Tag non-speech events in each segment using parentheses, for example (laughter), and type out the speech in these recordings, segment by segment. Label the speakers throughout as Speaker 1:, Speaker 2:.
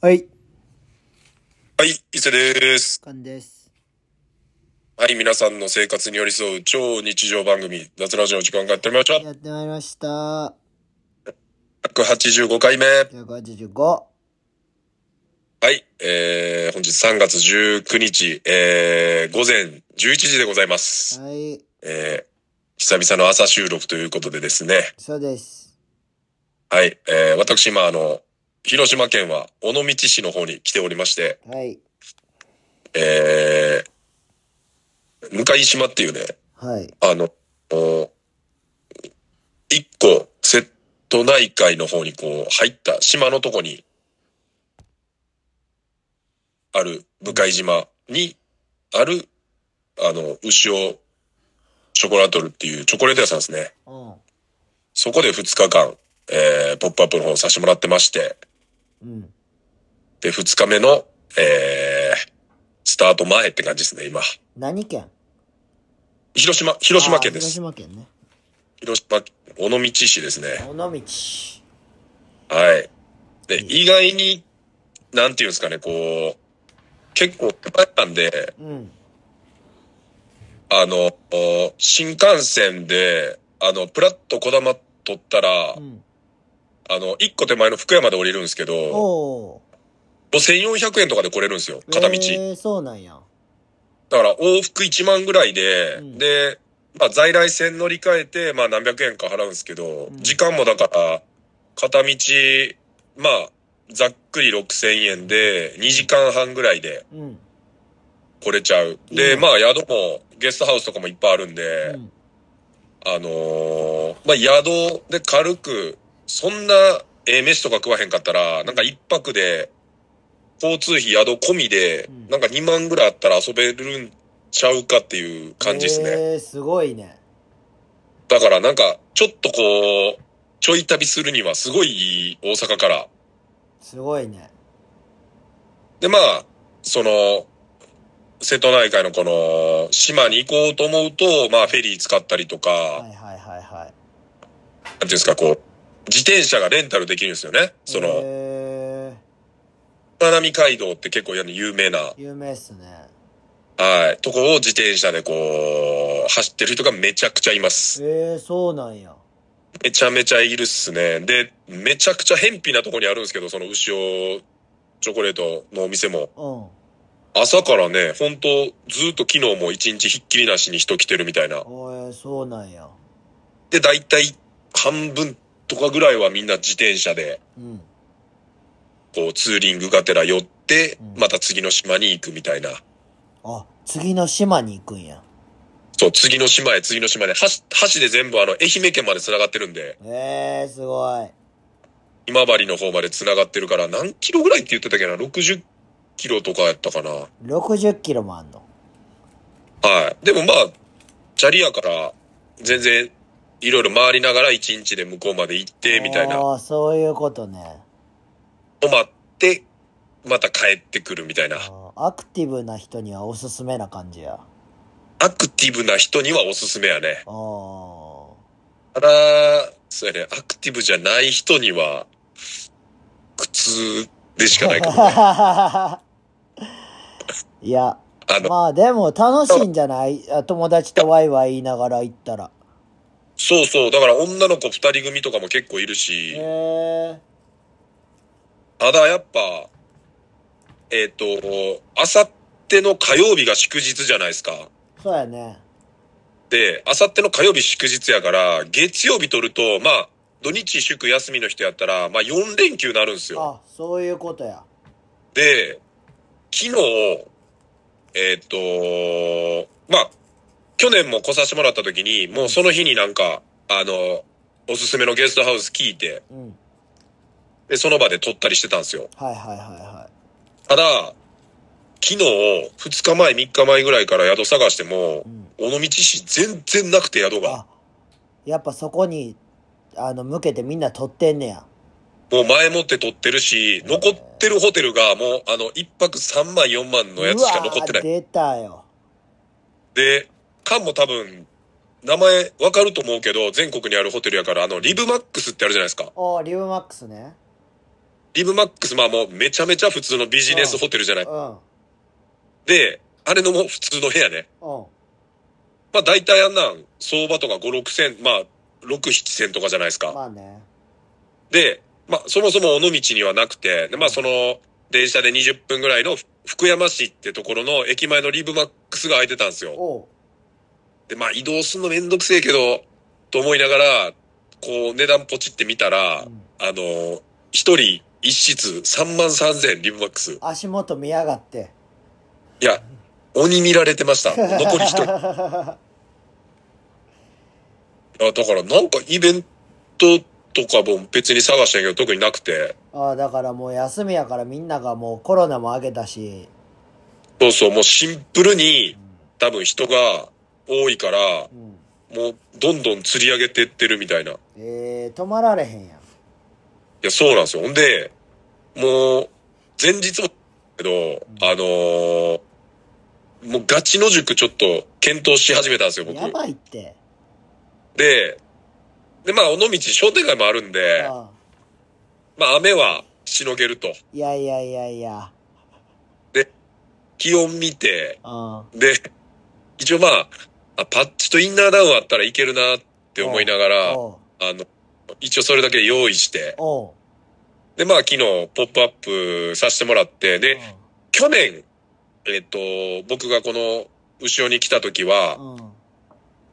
Speaker 1: はい、
Speaker 2: はい、伊勢です。
Speaker 1: かんです。
Speaker 2: はい、皆さんの生活に寄り添う超日常番組、脱ラジオの時間がやってまいりまし
Speaker 1: やってまいりました。
Speaker 2: た。185回目。は
Speaker 1: 185。
Speaker 2: い、えー、本日3月19日、えー、午前11時でございます。
Speaker 1: はい、
Speaker 2: えー、久々の朝収録ということでですね。
Speaker 1: そうです。
Speaker 2: はい、えー、私今あの、広島県は尾道市の方に来ておりまして、
Speaker 1: はい、
Speaker 2: えー、向島っていうね、
Speaker 1: はい、
Speaker 2: あの、お一個、瀬戸内海の方にこう、入った島のとこに、ある、向島に、ある、あの、牛尾ショコラトルっていうチョコレート屋さんですね。
Speaker 1: うん、
Speaker 2: そこで2日間、えー、ポップアップの方させてもらってまして、
Speaker 1: うん、
Speaker 2: で、2日目の、えー、スタート前って感じですね、今。
Speaker 1: 何県
Speaker 2: 広島、広島県で
Speaker 1: あ
Speaker 2: す。
Speaker 1: 広島県ね。
Speaker 2: 広島、尾道市ですね。
Speaker 1: 尾道。
Speaker 2: はい。で、意外に、なんていうんですかね、こう、結構手前なんで、
Speaker 1: うん、
Speaker 2: あの、お新幹線で、あの、プラッと小玉取ったら、
Speaker 1: うん。
Speaker 2: あの、一個手前の福山で降りるんですけど、
Speaker 1: おー。
Speaker 2: 5400円とかで来れるんですよ、片道。
Speaker 1: えー、そうなんや。
Speaker 2: だから往復1万ぐらいで、
Speaker 1: うん
Speaker 2: で、まあ在来線乗り換えて、まあ何百円か払うんですけど、
Speaker 1: うん
Speaker 2: 時間もだから、片道、まあ、ざっくり6000円で、2時間半ぐらいで、
Speaker 1: うん、
Speaker 2: 来れちゃう。
Speaker 1: いいね
Speaker 2: で、まあ宿も、ゲストハウスとかもいっぱいあるん
Speaker 1: う
Speaker 2: で、
Speaker 1: ん、
Speaker 2: あのーまあ宿で軽く、そんなええ飯とか食わへんかったら、なんか一泊で、交通費宿込みで
Speaker 1: うん、
Speaker 2: なんか2万ぐらいあったら遊べるんちゃうかっていう感じですね。
Speaker 1: えー、すごいね。
Speaker 2: だからなんか、ちょっとこう、ちょい旅するにはすごいいい大阪から。
Speaker 1: すごいね。
Speaker 2: で、まあ、その、瀬戸内海のこの、島に行こうと思うと、まあ、フェリー使ったりとか、
Speaker 1: はいはいはいはい。
Speaker 2: なんていうんですか、こう、自転車がレンタルできるんですよね。その、
Speaker 1: え
Speaker 2: まなみ海道って結構やるの有名な、
Speaker 1: ー、有名っすね。
Speaker 2: はい、とこを自転車でこう、走ってる人がめちゃくちゃいます。
Speaker 1: えー、そうなんや。
Speaker 2: めちゃめちゃいるっすね。で、めちゃくちゃ偏僻なとこにあるんですけど、その牛尾チョコレートのお店も。
Speaker 1: うん。
Speaker 2: 朝からね、本当ずーっと昨日も一日ひっきりなしに人来てるみたいな。
Speaker 1: おーえー、そうなんや。
Speaker 2: で、大体半分とかぐらいはみんな自転車で、
Speaker 1: うん。
Speaker 2: こうツーリングがてら寄って
Speaker 1: うん、
Speaker 2: また次の島に行くみたいな。
Speaker 1: あ、次の島に行くんや。
Speaker 2: そう、次の島へ次の島へ。橋、橋で全部あの、愛媛県まで繋がってるんで、
Speaker 1: ええー、すごい。
Speaker 2: 今治の方まで繋がってるから、何キロぐらいって言ってたっけな ?60 キロとかやったかな。は
Speaker 1: 60キロもあんの。
Speaker 2: い。でもまあ、チャリやから、全然、いろいろ回りながら一日で向こうまで行って、みたいな。
Speaker 1: ああ、そういうことね。
Speaker 2: 泊まって、また帰ってくるみたいな。
Speaker 1: あーアクティブな人にはおすすめな感じや。あ
Speaker 2: アクティブな人にはおすすめやね。
Speaker 1: あー。
Speaker 2: ただ、そうやね、アクティブじゃない人には、苦痛でしかな
Speaker 1: (laughs)
Speaker 2: いかも。
Speaker 1: いや、
Speaker 2: あの、
Speaker 1: まあでも楽しいんじゃないあ友達とワイワイ言いながら行ったら。
Speaker 2: そうそう、だから女の子二人組とかも結構いる
Speaker 1: へ
Speaker 2: し、
Speaker 1: え
Speaker 2: ただやっぱ、えっ、と、あさっての火曜日が祝日じゃないですか。
Speaker 1: ー、そうやね。
Speaker 2: で、あさっての火曜日祝日やから、月曜日取ると、まあ、土日祝休みの人やったら、まあ4連休になるんですよ。
Speaker 1: あ、そういうことや。
Speaker 2: で、昨日、えーっ、と、まあ、去年も来させてもらった時に、もうその日になんか、あの、おすすめのゲストハウス聞いて、
Speaker 1: うん。
Speaker 2: で、その場で撮ったりしてたんですよ。
Speaker 1: はいはいはいは
Speaker 2: ただ、昨日、2日前、3日前ぐらいから宿探しても
Speaker 1: い。う、ん。
Speaker 2: 尾道市全然なくて宿が。
Speaker 1: あ、やっぱそこに、あの、向けてみんな撮ってんねや。
Speaker 2: もう前もって撮ってるし、残ってるホテルがもう、あの、1泊3万4万のやつしか残ってな
Speaker 1: うわー
Speaker 2: い。
Speaker 1: 出たよ。
Speaker 2: で、カンも多分、名前わかると思うけど、全国にあるホテルやから、あの、リブマックスってあるじゃないですか。
Speaker 1: おーリブマックスね。
Speaker 2: リブマックス、まあもうめちゃめちゃ普通のビジネスホテルじゃない。
Speaker 1: うん。
Speaker 2: で、あれのもう普通の部屋ね。
Speaker 1: うん。
Speaker 2: まあ大体あんなん、相場とか5、6千、まあ6、7千とかじゃないですか。
Speaker 1: まあね。
Speaker 2: で、まあそもそも尾道にはなくて、でまあその、電車で20分ぐらいの福山市ってところの駅前のリブマックスが空いてたんですよ。
Speaker 1: おう。
Speaker 2: で、まあ移動すんのめんどくせえけど、と思いながら、こう値段ポチってみたら、
Speaker 1: うん
Speaker 2: あの、一人一室3万3000リブマックス。
Speaker 1: 足元見やがって。
Speaker 2: いや、鬼見られてました。残り一
Speaker 1: (laughs)
Speaker 2: 人。あだからなんかイベントとかも別に探したんやけど特になくて。
Speaker 1: ああ、だからもう休みやからみんながもうコロナも明けたし。
Speaker 2: そうそう、もうシンプルに多分人が多いから、
Speaker 1: うん。うん
Speaker 2: もうどんどん釣り上げてってるみたいな。い
Speaker 1: えー、止まられへんやん。
Speaker 2: や、そうなんですよ。ほんで、もう前日も、けど、あのーもうガチの塾ちょっと検討し始めたんですよ、僕
Speaker 1: や。ばいって。
Speaker 2: で、で、まあ、尾道商店街もあるんで、
Speaker 1: ああ
Speaker 2: まあ、雨はしのげると。
Speaker 1: いやいやいやいや。
Speaker 2: 気温見て、
Speaker 1: うん。
Speaker 2: で、一応まあ、あパッチとインナーダウンあったらいけるなって思いながら、あ
Speaker 1: おう。
Speaker 2: の、一応それだけ用意して、
Speaker 1: おう。
Speaker 2: で、まあ昨日ポップアップさせてもらって、
Speaker 1: う
Speaker 2: で、
Speaker 1: ん
Speaker 2: 去年、えっと、僕がこの後ろに来た時は、
Speaker 1: うん。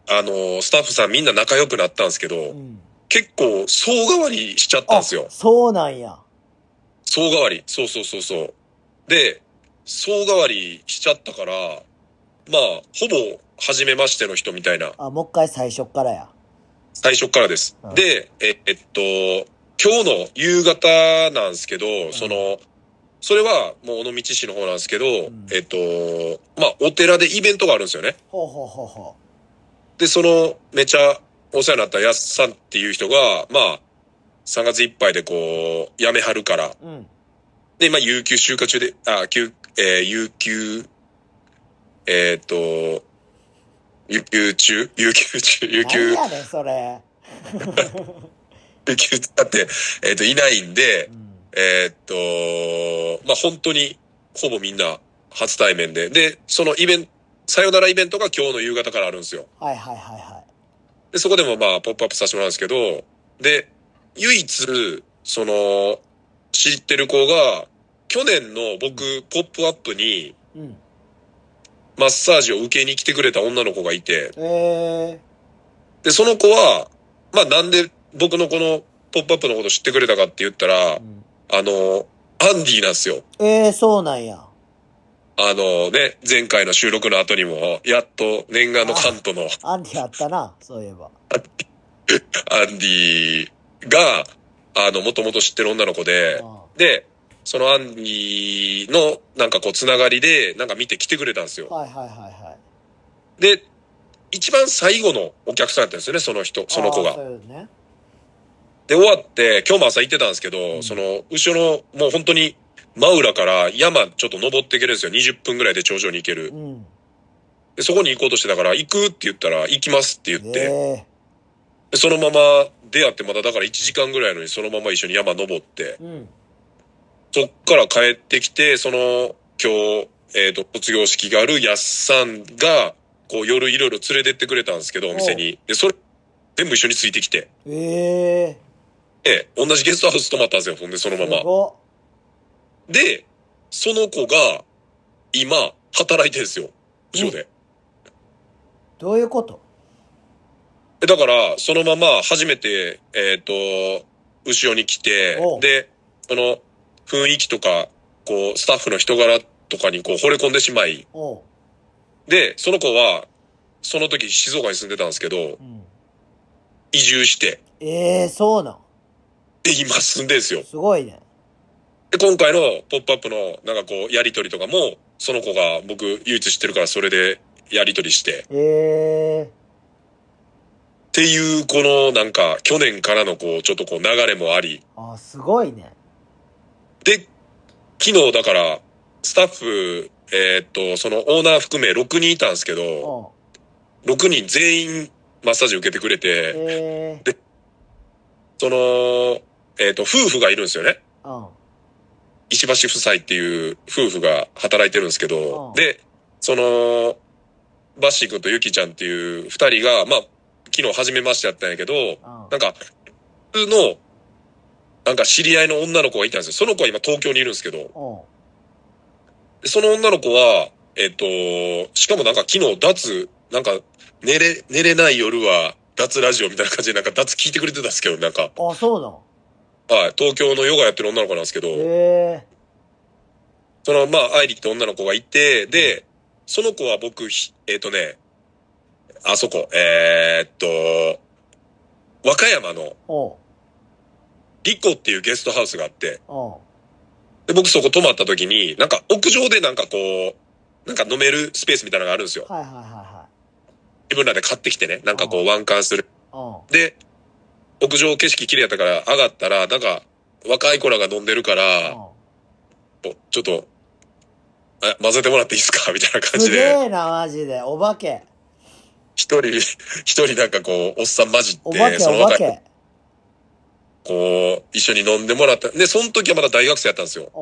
Speaker 2: あの、スタッフさんみんな仲良くなったんですけ
Speaker 1: う
Speaker 2: ど、
Speaker 1: ん。
Speaker 2: 結構総代わりしちゃったんですよ。
Speaker 1: そうなんや。
Speaker 2: 総代わり。そうそうそうそう。で、総代わりしちゃったから、まあ、ほぼ初めましての人みたいな
Speaker 1: あ、もう一回最初っからや。
Speaker 2: 最初からです
Speaker 1: うん。
Speaker 2: で、え、えっと、今日の夕方なんですけど、その、それはもう尾道市の方なんですけど、
Speaker 1: ん
Speaker 2: えっと、まあ、お寺でイベントがあるんですよね。
Speaker 1: ほうほうほうほ
Speaker 2: で、その、めちゃお世話になったやっさんっていう人が、まあ、3月いっぱいでこう、辞めはるから、
Speaker 1: う。うん。
Speaker 2: で、今、有給休暇中で、あ、休、えー有給、えーっと、有給中有給中有
Speaker 1: 何
Speaker 2: 給
Speaker 1: やねん、それ。
Speaker 2: 有給だって、えーっと、いないんで、
Speaker 1: うん。
Speaker 2: えーっと、まあ、本当に、ほぼみんな、初対面で。で、そのイベント、さよならイベントが今日の夕方からあるんですよ。
Speaker 1: はいはいはいはい。
Speaker 2: で、そこでもまあ、ポップアップさせてもらうんですけど、で、唯一、その、知ってる子が、去年の僕、ポップアップに、
Speaker 1: うん。
Speaker 2: マッサージを受けに来てくれた女の子がいて、
Speaker 1: え
Speaker 2: で、その子は、まあ、なんで僕のこの、ポップアップのこと知ってくれたかって言ったら、
Speaker 1: ー
Speaker 2: あの、アンディなんですよ。
Speaker 1: えー、そうなんや。
Speaker 2: あのね、前回の収録の後にも、やっと念願のカントの
Speaker 1: アンディあったな、そういえば。
Speaker 2: アンディが、あの、もともと知ってる女の子で、
Speaker 1: う
Speaker 2: で、そのアンディの、なんかこう、つながりで、なんか見て来てくれたんです
Speaker 1: ん
Speaker 2: よ。
Speaker 1: はいはいはいはい。
Speaker 2: で、一番最後のお客さんだったんですよね、その人、その子
Speaker 1: あーそ
Speaker 2: が。
Speaker 1: ういうね。
Speaker 2: で、終わって、今日も朝行ってたんですけ
Speaker 1: う
Speaker 2: ど、
Speaker 1: ん
Speaker 2: その、後ろの、もう本当に、真裏から山ちょっと登っていけるんですよ。20分ぐらいで頂上に行ける
Speaker 1: う。ん。
Speaker 2: で、そこに行こうとしてたから、行くって言ったら、行きますって言って、
Speaker 1: え
Speaker 2: でそのまま出会ってまだだから1時間ぐらいのにそのまま一緒に山登って
Speaker 1: え、うん。
Speaker 2: そっから帰ってきて、その今日、えっ、と、卒業式があるやっさんが、こう夜いろいろ連れてってくれたんですけど、お店に。で、それ、全部一緒についてきて。
Speaker 1: ええ
Speaker 2: で、同じゲストハウス泊まったんですよ、ほんでその
Speaker 1: ー。
Speaker 2: ますま。
Speaker 1: ごっ
Speaker 2: で、その子が、今、働いてるんですよ、後ろで。
Speaker 1: どういうこと
Speaker 2: でだから、そのまま初めて、えっ、と、後ろに来て
Speaker 1: おう、
Speaker 2: で、その雰囲気とか、こう、スタッフの人柄とかにこう、惚れ込んでしまい、
Speaker 1: おう。
Speaker 2: で、その子は、その時静岡に住んでたんですけど
Speaker 1: う、ん。
Speaker 2: 移住して、
Speaker 1: ええー、そうなん。
Speaker 2: で、今住んでんすよ。
Speaker 1: すごいね。
Speaker 2: で、今回のポップアップの、なんかこう、やりとりとかも、その子が僕、唯一知ってるから、それで、やりとりして。
Speaker 1: ええ
Speaker 2: っていう、この、なんか、去年からの、こう、ちょっとこう、流れもあり、
Speaker 1: ー。あー、すごいね。
Speaker 2: で、昨日だから、スタッフ、えーっと、そのオーナー含め6人いたんですけど、
Speaker 1: おう。
Speaker 2: 6人全員マッサージ受けてくれて、
Speaker 1: ええ
Speaker 2: その、えーっと、夫婦がいるんですよね。
Speaker 1: ー。うん。
Speaker 2: 石橋夫妻っていう夫婦が働いてるんですけど、
Speaker 1: うん
Speaker 2: で、その、バッシー君とユキちゃんっていう二人が、まあ、昨日初めましてやったんやけど、
Speaker 1: うん
Speaker 2: なんか、普通の、なんか知り合いの女の子がいたんですよ。その子は今東京にいるんですけど、
Speaker 1: うん。
Speaker 2: でその女の子は、えっと、しかもなんか昨日脱、なんか寝れ、寝れない夜は脱ラジオみたいな感じでなんか脱聞いてくれてたんですけど、なんか、
Speaker 1: あ、そうなん。
Speaker 2: はい、東京のヨガやってる女の子なんですけど、
Speaker 1: へえ。
Speaker 2: その、まあ、アイリって女の子がいて、で、その子は僕、ひえっ、とね、あそこ、えーっと、和歌山の
Speaker 1: うん。
Speaker 2: リコっていうゲストハウスがあって、
Speaker 1: うん。
Speaker 2: で、僕そこ泊まった時に、なんか屋上でなんかこう、なんか飲めるスペースみたいなのがあるんですよ。
Speaker 1: はいはいは
Speaker 2: 自分らで買ってきてね、なんかこうワンカンする。
Speaker 1: いは
Speaker 2: で、屋上景色綺麗やったから上がったら、なんか若い子らが飲んでるか
Speaker 1: い。うん。
Speaker 2: ら、
Speaker 1: うん。
Speaker 2: おちょっと、あ混ぜてもらっていいですか (laughs) みたいな
Speaker 1: す
Speaker 2: 感じ
Speaker 1: げ
Speaker 2: で。
Speaker 1: えな、マジで。お化け。
Speaker 2: 一人、一人なんかこう、おっさん混じっ
Speaker 1: お化
Speaker 2: て、
Speaker 1: け、
Speaker 2: その
Speaker 1: お化
Speaker 2: 若い
Speaker 1: け。
Speaker 2: 子こう、一緒に飲んでもらった。で、その時はまだ大学生やったんですよ、
Speaker 1: うん。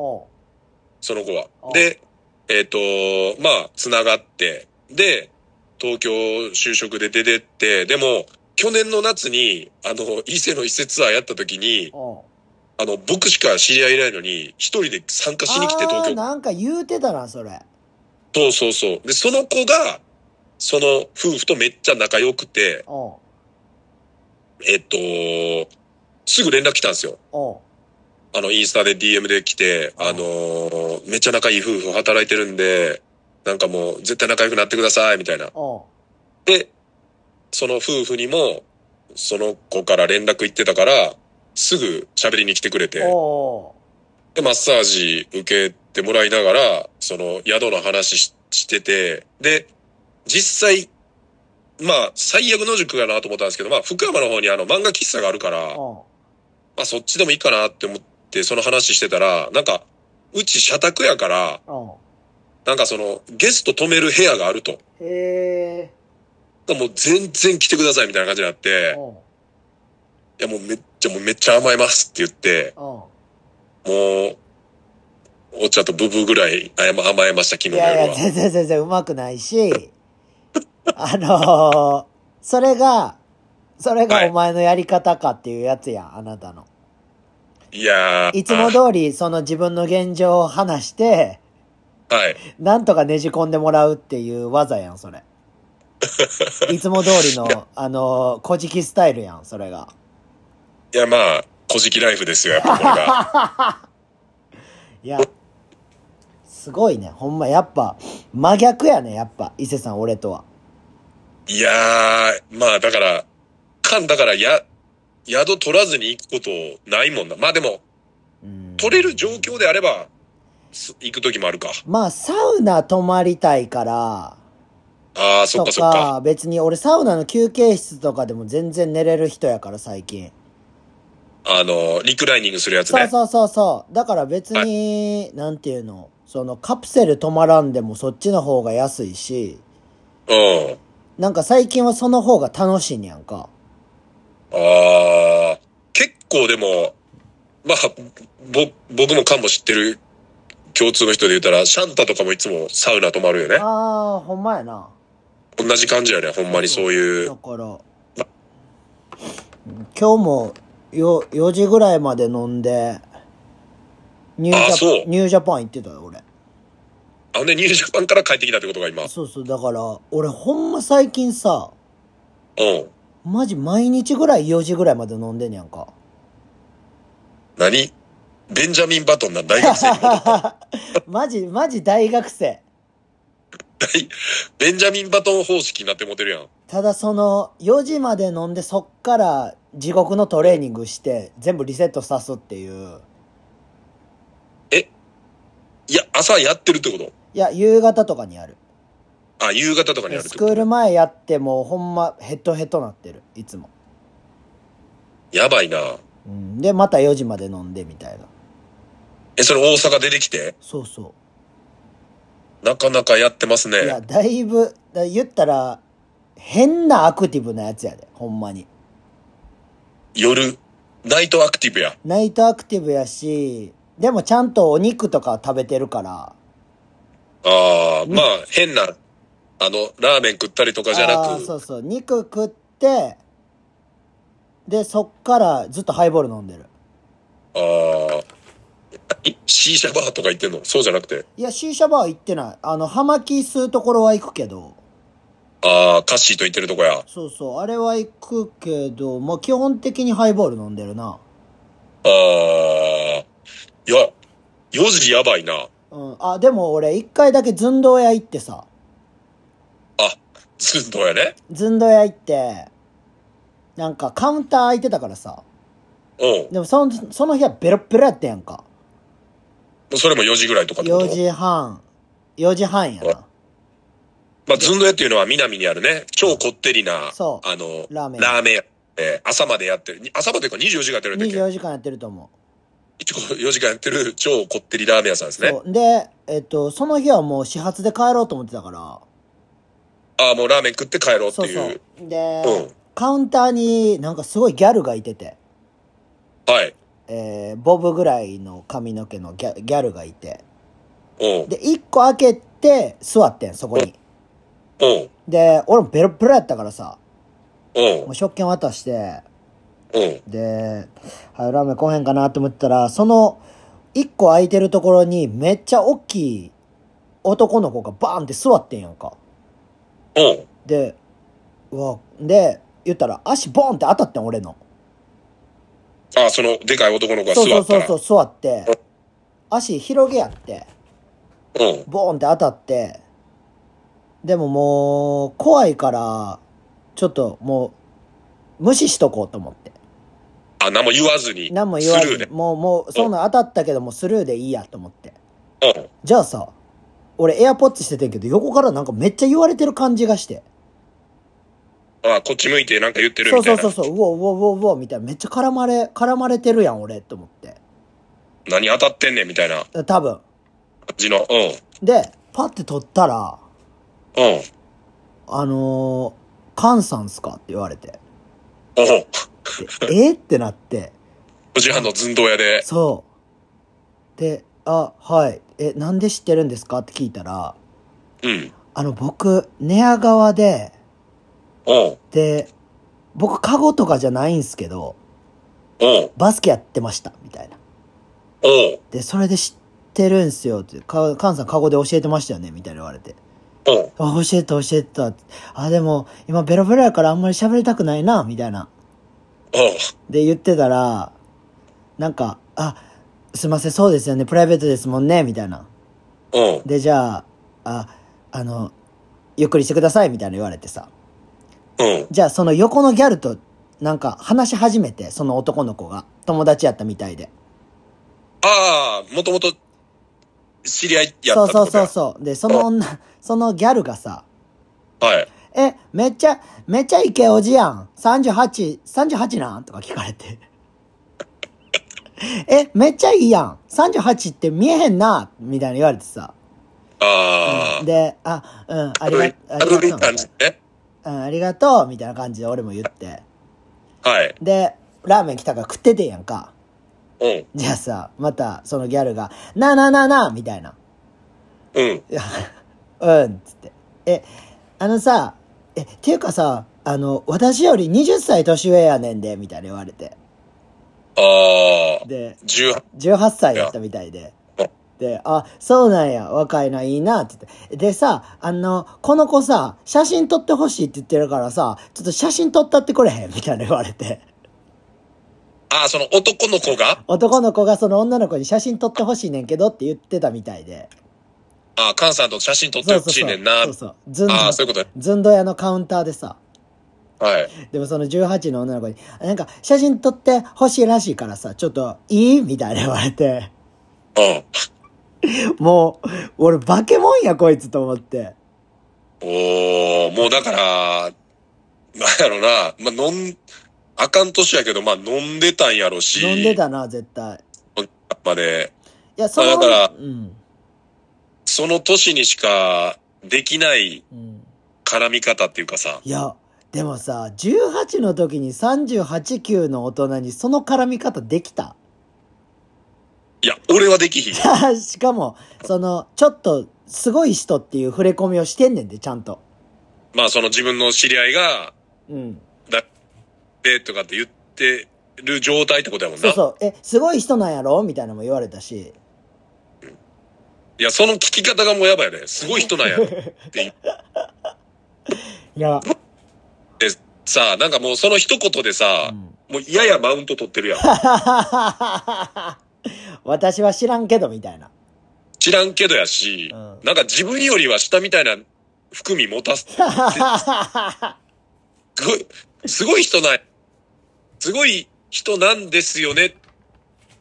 Speaker 2: その子は
Speaker 1: あ。
Speaker 2: で、えっ、と、まあ、繋がって、で、東京就職で出てって、でも、去年の夏に、あの、伊勢の伊勢ツアーやった時
Speaker 1: う
Speaker 2: に、
Speaker 1: ん。
Speaker 2: あの、僕しか知り合いいないのに、一人で参加しに来て
Speaker 1: あー
Speaker 2: 東京。
Speaker 1: なんか言うてたな、それ。
Speaker 2: そうそうそう。で、その子が、その夫婦とめっちゃ仲良くて、
Speaker 1: うん。
Speaker 2: えっ、と、すぐ連絡来たんですよ。
Speaker 1: うん。
Speaker 2: あの、インスタで DM で来て、
Speaker 1: うん
Speaker 2: あのーめっちゃ仲いい夫婦働いてるんで、なんかもう絶対仲良くなってください、みたいな。
Speaker 1: うん。
Speaker 2: で、その夫婦にも、その子から連絡行ってたから、すぐ喋りに来てくれて、
Speaker 1: お
Speaker 2: で、マッサージ受けてもらいながら、その宿の話ししてて、で、実際、まあ、最悪の塾やなと思ったんですけど、まあ、福山の方にあの漫画喫茶があるから、
Speaker 1: ーお
Speaker 2: まあそっちでもいいかなって思って、その話してたら、なんか、うち社宅やから、
Speaker 1: ーうん。うん。
Speaker 2: なんかその、ゲスト泊める部屋があると。
Speaker 1: へえ。
Speaker 2: もう全然来てくださいみたいな感じになって、
Speaker 1: うん。
Speaker 2: いやもうめっちゃ、もうめっちゃ甘えますって言って、
Speaker 1: うん。
Speaker 2: もう、お茶とブブぐらいあやま甘えました、昨日
Speaker 1: い
Speaker 2: の夜
Speaker 1: やいや、
Speaker 2: は。
Speaker 1: 全然全然うまくないし、 (laughs) あのーそれが、それ
Speaker 2: は
Speaker 1: が
Speaker 2: い
Speaker 1: お前のやり方かっていうやつやん、あなたの。
Speaker 2: いやー。
Speaker 1: いつも通り、その自分の現状を話して、
Speaker 2: はい。
Speaker 1: なんとかねじ込んでもらうっていう技やん、
Speaker 2: (laughs)
Speaker 1: それ。いつも通りの、あのー、小じきスタイルやん、それが。
Speaker 2: いやまあ、小じきライフですよ、やっぱこれ (laughs) が。
Speaker 1: いや、すごいね、ほんま、やっぱ、真逆やね、やっぱ、伊勢さん、俺とは。
Speaker 2: いやー、まあだから、かんだから、や、宿取らずに行くことないもんな。まあでも、
Speaker 1: うん
Speaker 2: 取れる状況であれば、す行く時もあるか。
Speaker 1: まあ、サウナ泊まりたいから、
Speaker 2: ああ、そ
Speaker 1: と
Speaker 2: っかそっか。
Speaker 1: か、別に俺サウナの休憩室とかでも全然寝れる人やから、最近。
Speaker 2: あの、リクライニングするやつ
Speaker 1: そう
Speaker 2: ね。
Speaker 1: そうそうそう。だから別に、なんていうの、そのカプセル泊まらんでもそっちの方が安いし、
Speaker 2: うん。
Speaker 1: なんか最近はその方が楽しいんやんか。
Speaker 2: ああ、結構でも、まあ、ぼ、僕もカンも知ってる共通の人で言ったら、シャンタとかもいつもサウナ泊まるよね。
Speaker 1: あー、ほんまやな。
Speaker 2: 同じ感じやね。ほんまにそうい
Speaker 1: だ
Speaker 2: う。
Speaker 1: から、今日もよ4時ぐらいまで飲んで、ニュー
Speaker 2: あ
Speaker 1: ジ
Speaker 2: そう
Speaker 1: ャニュージャパン行ってたよ、俺。
Speaker 2: あのね、ニュージャパンから帰ってきたってことが今。うん。
Speaker 1: そうそう、だから、俺ほんま最近さ、マジ毎日ぐらい4時ぐらいまで飲んでんねやん
Speaker 2: (laughs)
Speaker 1: か。
Speaker 2: 何ベンジャミン・バトンな大学生に戻った
Speaker 1: マジ、マジ大学生。 (laughs)
Speaker 2: ベンジャミン・バトン方式になってモテるやん。
Speaker 1: ただその、4時まで飲んでそっから地獄のトレーニングして、全部リセットさすっていう。
Speaker 2: いや、朝やってるってこ
Speaker 1: いや、夕方とかにやる。
Speaker 2: とあ、夕方とかにやるっ
Speaker 1: ス
Speaker 2: て
Speaker 1: ク
Speaker 2: こ
Speaker 1: ー
Speaker 2: と
Speaker 1: ル前やってもうほんまヘッドヘッドなってる、いつも。
Speaker 2: やばいな。
Speaker 1: うん、で、また4時まで飲んでみたいな。
Speaker 2: え、それ大阪出てきて
Speaker 1: そうそ
Speaker 2: なかなかやってます
Speaker 1: う。いや、
Speaker 2: ね。
Speaker 1: だいぶ、だ言ったら、変なアクティブなやつやで、ほんまに。
Speaker 2: 夜、ナイトアクティブや。
Speaker 1: ナイトアクティブやし、でもちゃんとお肉とか食べてるから。
Speaker 2: ああ、まあ、変な、あの、ラーメン食ったりとかじゃ
Speaker 1: あ
Speaker 2: な
Speaker 1: ー
Speaker 2: く、
Speaker 1: そうそう。肉食って、で、そっからずっとハイボール飲んでる。
Speaker 2: ああ、いシーシャバーとか言ってんのそうじゃなくて。
Speaker 1: いや、シーシャバー行ってない。あの、葉巻吸うところは行くけど。
Speaker 2: ああ、カッシーと言ってるとこや。
Speaker 1: そうそう。あれは行くけど、まあ、基本的にハイボール飲んでるな。
Speaker 2: ああ、いや、4時やばいな。
Speaker 1: うん。あ、でも俺、一回だけ寸胴屋行ってさ。
Speaker 2: あ、ずっとやね。
Speaker 1: 寸胴屋行って、なんかカウンター空いてたからさ。
Speaker 2: うん。
Speaker 1: でもその、その日はベロッベロやったやんか。
Speaker 2: それも4時ぐらいとかってこと
Speaker 1: 4時半。4時半やな。
Speaker 2: まあ、ずんどやっていうのは南にあるね、超こってりな、
Speaker 1: そう
Speaker 2: あの、
Speaker 1: ラーメン
Speaker 2: ラーメン屋で朝までやってる、に朝までというか24時間やってるんだっけ
Speaker 1: 24時間やってると思
Speaker 2: 4時間やってる超こってりラーメン屋さんです
Speaker 1: う。
Speaker 2: ね
Speaker 1: そ。う。で、えっと、その日はもう始発で帰ろうと思ってたから。
Speaker 2: ああ、もうラーメン食って帰ろうって
Speaker 1: そう
Speaker 2: いう。
Speaker 1: そう。
Speaker 2: うん
Speaker 1: で、カウンターになんかすごいギャルがいてて。
Speaker 2: はい。
Speaker 1: えーボブぐらいの髪の毛のギャギャルがいて。
Speaker 2: うん。
Speaker 1: で、1個開けて座ってん、そこに。
Speaker 2: うん。
Speaker 1: で、俺もベロッベロやったからさ、
Speaker 2: うん
Speaker 1: もう。食券渡して、
Speaker 2: うん。
Speaker 1: で、はい、ラーメン来へんかなと思ってたら、その1個空いてるところにめっちゃ大きい男の子がバーンって座ってんやんか。
Speaker 2: うん。
Speaker 1: で、うわ、で、言ったら足ボーンって当たってん、俺の。
Speaker 2: ああ、その、でかい男の子が座
Speaker 1: そう
Speaker 2: った
Speaker 1: そ
Speaker 2: ら。
Speaker 1: うそうそう、座って、足広げやって。
Speaker 2: うん。
Speaker 1: ボーンって当たって、でももう、怖いから、ちょっともう、無視しとこうと思って。
Speaker 2: あ、何も言わずに。
Speaker 1: 何も言わ
Speaker 2: ス
Speaker 1: ず
Speaker 2: ルー
Speaker 1: に、
Speaker 2: で。
Speaker 1: もう、もう、そんなん当たったけどもうスルーでいいやと思って。
Speaker 2: うん。
Speaker 1: じゃあさ、俺エアポッツしててんけど、横からなんかめっちゃ言われてる感じがして。
Speaker 2: ああ、こっち向いてなんか言ってる
Speaker 1: そう
Speaker 2: みた
Speaker 1: そ
Speaker 2: いうな。
Speaker 1: そうそう、うおうおうおうおうみたいな、めっちゃ絡まれ、絡まれてるやん、俺、と思って。
Speaker 2: 何当たってんねんみたいな感
Speaker 1: 多分。
Speaker 2: じの。うん。
Speaker 1: で、パッて取ったら、
Speaker 2: うん。
Speaker 1: あのー、カンさんっすかって言われ
Speaker 2: (laughs)
Speaker 1: て。
Speaker 2: うん。
Speaker 1: でえーってなって。
Speaker 2: 4時半の寸胴屋で。
Speaker 1: そう。で、あ、はい。え、なんで知ってるんですかって聞いたら、
Speaker 2: うん。
Speaker 1: あの、僕、寝屋川で、
Speaker 2: うん。
Speaker 1: で、僕、カゴとかじゃないんすけど、
Speaker 2: うん。
Speaker 1: バスケやってました、みたいな。
Speaker 2: うん。
Speaker 1: で、それで知ってるんすよ、って、か、カンさんカゴで教えてましたよね、みたいな言われて。
Speaker 2: うん。
Speaker 1: あ、教えて、教えてた。あ、でも、今、ベロベロやからあんまり喋りたくないな、みたいな。
Speaker 2: うん。
Speaker 1: で、言ってたら、なんか、あ、すいません、そうですよね、プライベートですもんね、みたいな。
Speaker 2: うん。
Speaker 1: で、じゃあ、あ、あの、ゆっくりしてくださいみたいな言われてさ。
Speaker 2: うん。
Speaker 1: じゃあ、その横のギャルと、なんか話し始めて、その男の子が。友達やったみたいで。
Speaker 2: ああ、もともと知り合いや
Speaker 1: そう
Speaker 2: ったって
Speaker 1: そう
Speaker 2: こと
Speaker 1: そう
Speaker 2: や
Speaker 1: そう。で、その女、そのギャルがさ、
Speaker 2: はい。
Speaker 1: え、めっちゃ、めっちゃイケおじやん。38、38なんとか聞かれて。 (laughs) え、めっちゃいいやん。38って見えへんなみたいな言われてさ。
Speaker 2: ああ。
Speaker 1: で、あ、うん、あり
Speaker 2: 軽
Speaker 1: が
Speaker 2: い、、
Speaker 1: ありがと
Speaker 2: 軽
Speaker 1: み
Speaker 2: いう
Speaker 1: たい
Speaker 2: 感じね。
Speaker 1: な。うん、ありがとうみたいな感じで俺も言って。
Speaker 2: はい。
Speaker 1: で、ラーメン来たから食っててんやんか。
Speaker 2: うん。
Speaker 1: じゃあさ、またそのギャルが、なあなあなあなあみたいな。
Speaker 2: うん。
Speaker 1: いやうん、っつって。え、あのさ、え、っていうかさ、あの、私より20歳年上やねんで、みたいな言われて。
Speaker 2: ああ。
Speaker 1: で、
Speaker 2: 十八。
Speaker 1: 18歳やったみたいで。で、あ、そうなんや、若いな、いいな、って言って。でさ、あの、この子さ、写真撮ってほしいって言ってるからさ、ちょっと写真撮ったってくれへんみたいな言われて。
Speaker 2: ああ、その男の子が、
Speaker 1: 男の子がその女の子に写真撮ってほしいねんけどって言ってたみたいで。
Speaker 2: ああ、カンさんと写真撮って
Speaker 1: そう
Speaker 2: ほ
Speaker 1: そう
Speaker 2: しい
Speaker 1: そ
Speaker 2: ね
Speaker 1: う。
Speaker 2: んな
Speaker 1: そう。そう。ずんど
Speaker 2: ああ、そういうことね
Speaker 1: ずんど屋のカウンターでさ。
Speaker 2: はい。
Speaker 1: でもその18の女の子に、あなんか写真撮ってほしいらしいからさ、ちょっといいみたいな言われて。
Speaker 2: うん。
Speaker 1: もう、俺化け物やこいつと思って。
Speaker 2: おー、もうだから、なんやろな、まあ、飲ん、あかん年やけど、まあ、飲んでたんやろし。
Speaker 1: 飲んで。たな、絶対。
Speaker 2: まで、
Speaker 1: いや、その、
Speaker 2: だから
Speaker 1: うん。
Speaker 2: その年にしかできない
Speaker 1: うん。
Speaker 2: 絡み方っていうかさ。
Speaker 1: いや、でもさ、18の時に38、9の大人にその絡み方できた
Speaker 2: いや、俺はできひん。
Speaker 1: (laughs) しかも、その、ちょっと、すごい人っていう触れ込みをしてんねんで、ちゃんと。
Speaker 2: まあ、その自分の知り合いが、
Speaker 1: うん。
Speaker 2: だでとかって言ってる状態ってことやもん
Speaker 1: そ
Speaker 2: な。
Speaker 1: うそう。え、すごい人なんやろみたいなのも言われたし。
Speaker 2: いや、その聞き方がもうやばいよね。すごい
Speaker 1: (laughs)
Speaker 2: 人なんやって言っ
Speaker 1: いや、
Speaker 2: てさあ、なんかもうその一言でさ、
Speaker 1: うん (laughs)
Speaker 2: もうややマウント取ってるやん。
Speaker 1: 私は知らんけど、みたいな。
Speaker 2: 知らんけどやし、 (laughs)
Speaker 1: うん
Speaker 2: なんか自分よりは下みたいな含み持たす。すごい、すごい人ない。すごい人なんですよね。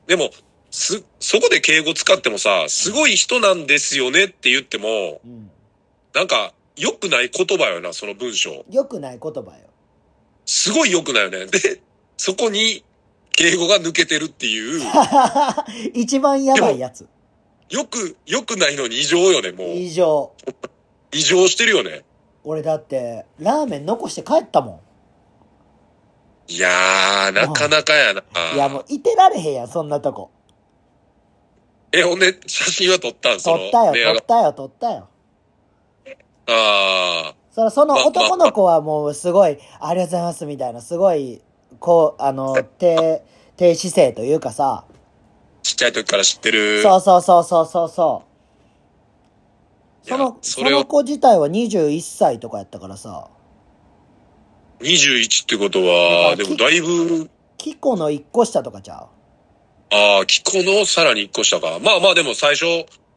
Speaker 2: でも、す、そこで敬語使ってもさ、すごい人なんですよねって言っても、
Speaker 1: うん。
Speaker 2: なんか、良くない言葉よな、その文章。
Speaker 1: 良くない言葉よ。 (laughs)
Speaker 2: すごい良くないよね。で、そこに、敬語が抜けてるっていう、
Speaker 1: 一番やばいやつ。
Speaker 2: よく、良くないのに異常よね、もう。
Speaker 1: 以上。
Speaker 2: 異常してるよね。
Speaker 1: 俺だって、ラーメン残して帰ったも
Speaker 2: いやー、なかなかやな。
Speaker 1: ん。いや、もう、いてられへんやん、そんなとこ。
Speaker 2: え、ほんで、写真は撮ったんそ
Speaker 1: 撮
Speaker 2: の、
Speaker 1: ったよ、
Speaker 2: レ
Speaker 1: 撮
Speaker 2: アが
Speaker 1: ったよ、撮ったよ。
Speaker 2: あー。
Speaker 1: そらその男の子はもうすごい、ありがとうございますみたいな、すごい、こう、あの、低、低姿勢というかさ、
Speaker 2: ちっちゃい時から知ってる。
Speaker 1: そうそうそうそうそうそう。
Speaker 2: いや
Speaker 1: その、
Speaker 2: そ
Speaker 1: そ
Speaker 2: れを
Speaker 1: の子自体は21歳とかやったからさ、
Speaker 2: 21ってことは、でもだいぶ、
Speaker 1: キコの1個下とかちゃ
Speaker 2: ああ、キコのさらに1個下か。まあまあでも最初、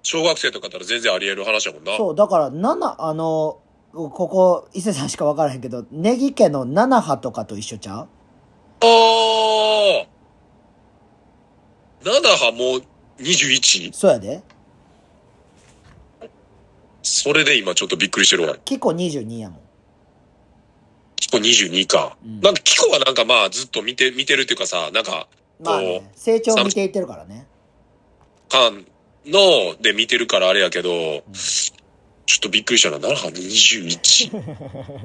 Speaker 2: 小学生とかだったら全然あり得る話やもんな
Speaker 1: う。そう、だから7、あの、ここ、伊勢さんしかわからへんけど、ネギ家の7波とかと一緒ちゃう
Speaker 2: ああ !7 波もう 21?
Speaker 1: そうやで。
Speaker 2: それで今ちょっとびっくりしてるわ。
Speaker 1: キコ22やもん。
Speaker 2: キコ22か。
Speaker 1: うん
Speaker 2: なんかキコはなんかまあずっと見て、見てるっていうかさ、なんか、
Speaker 1: まあね、成長を見ていってるからね。
Speaker 2: 間ので見てるからあれやけど、
Speaker 1: ん
Speaker 2: ちょっとびっくりしたな。7波 21?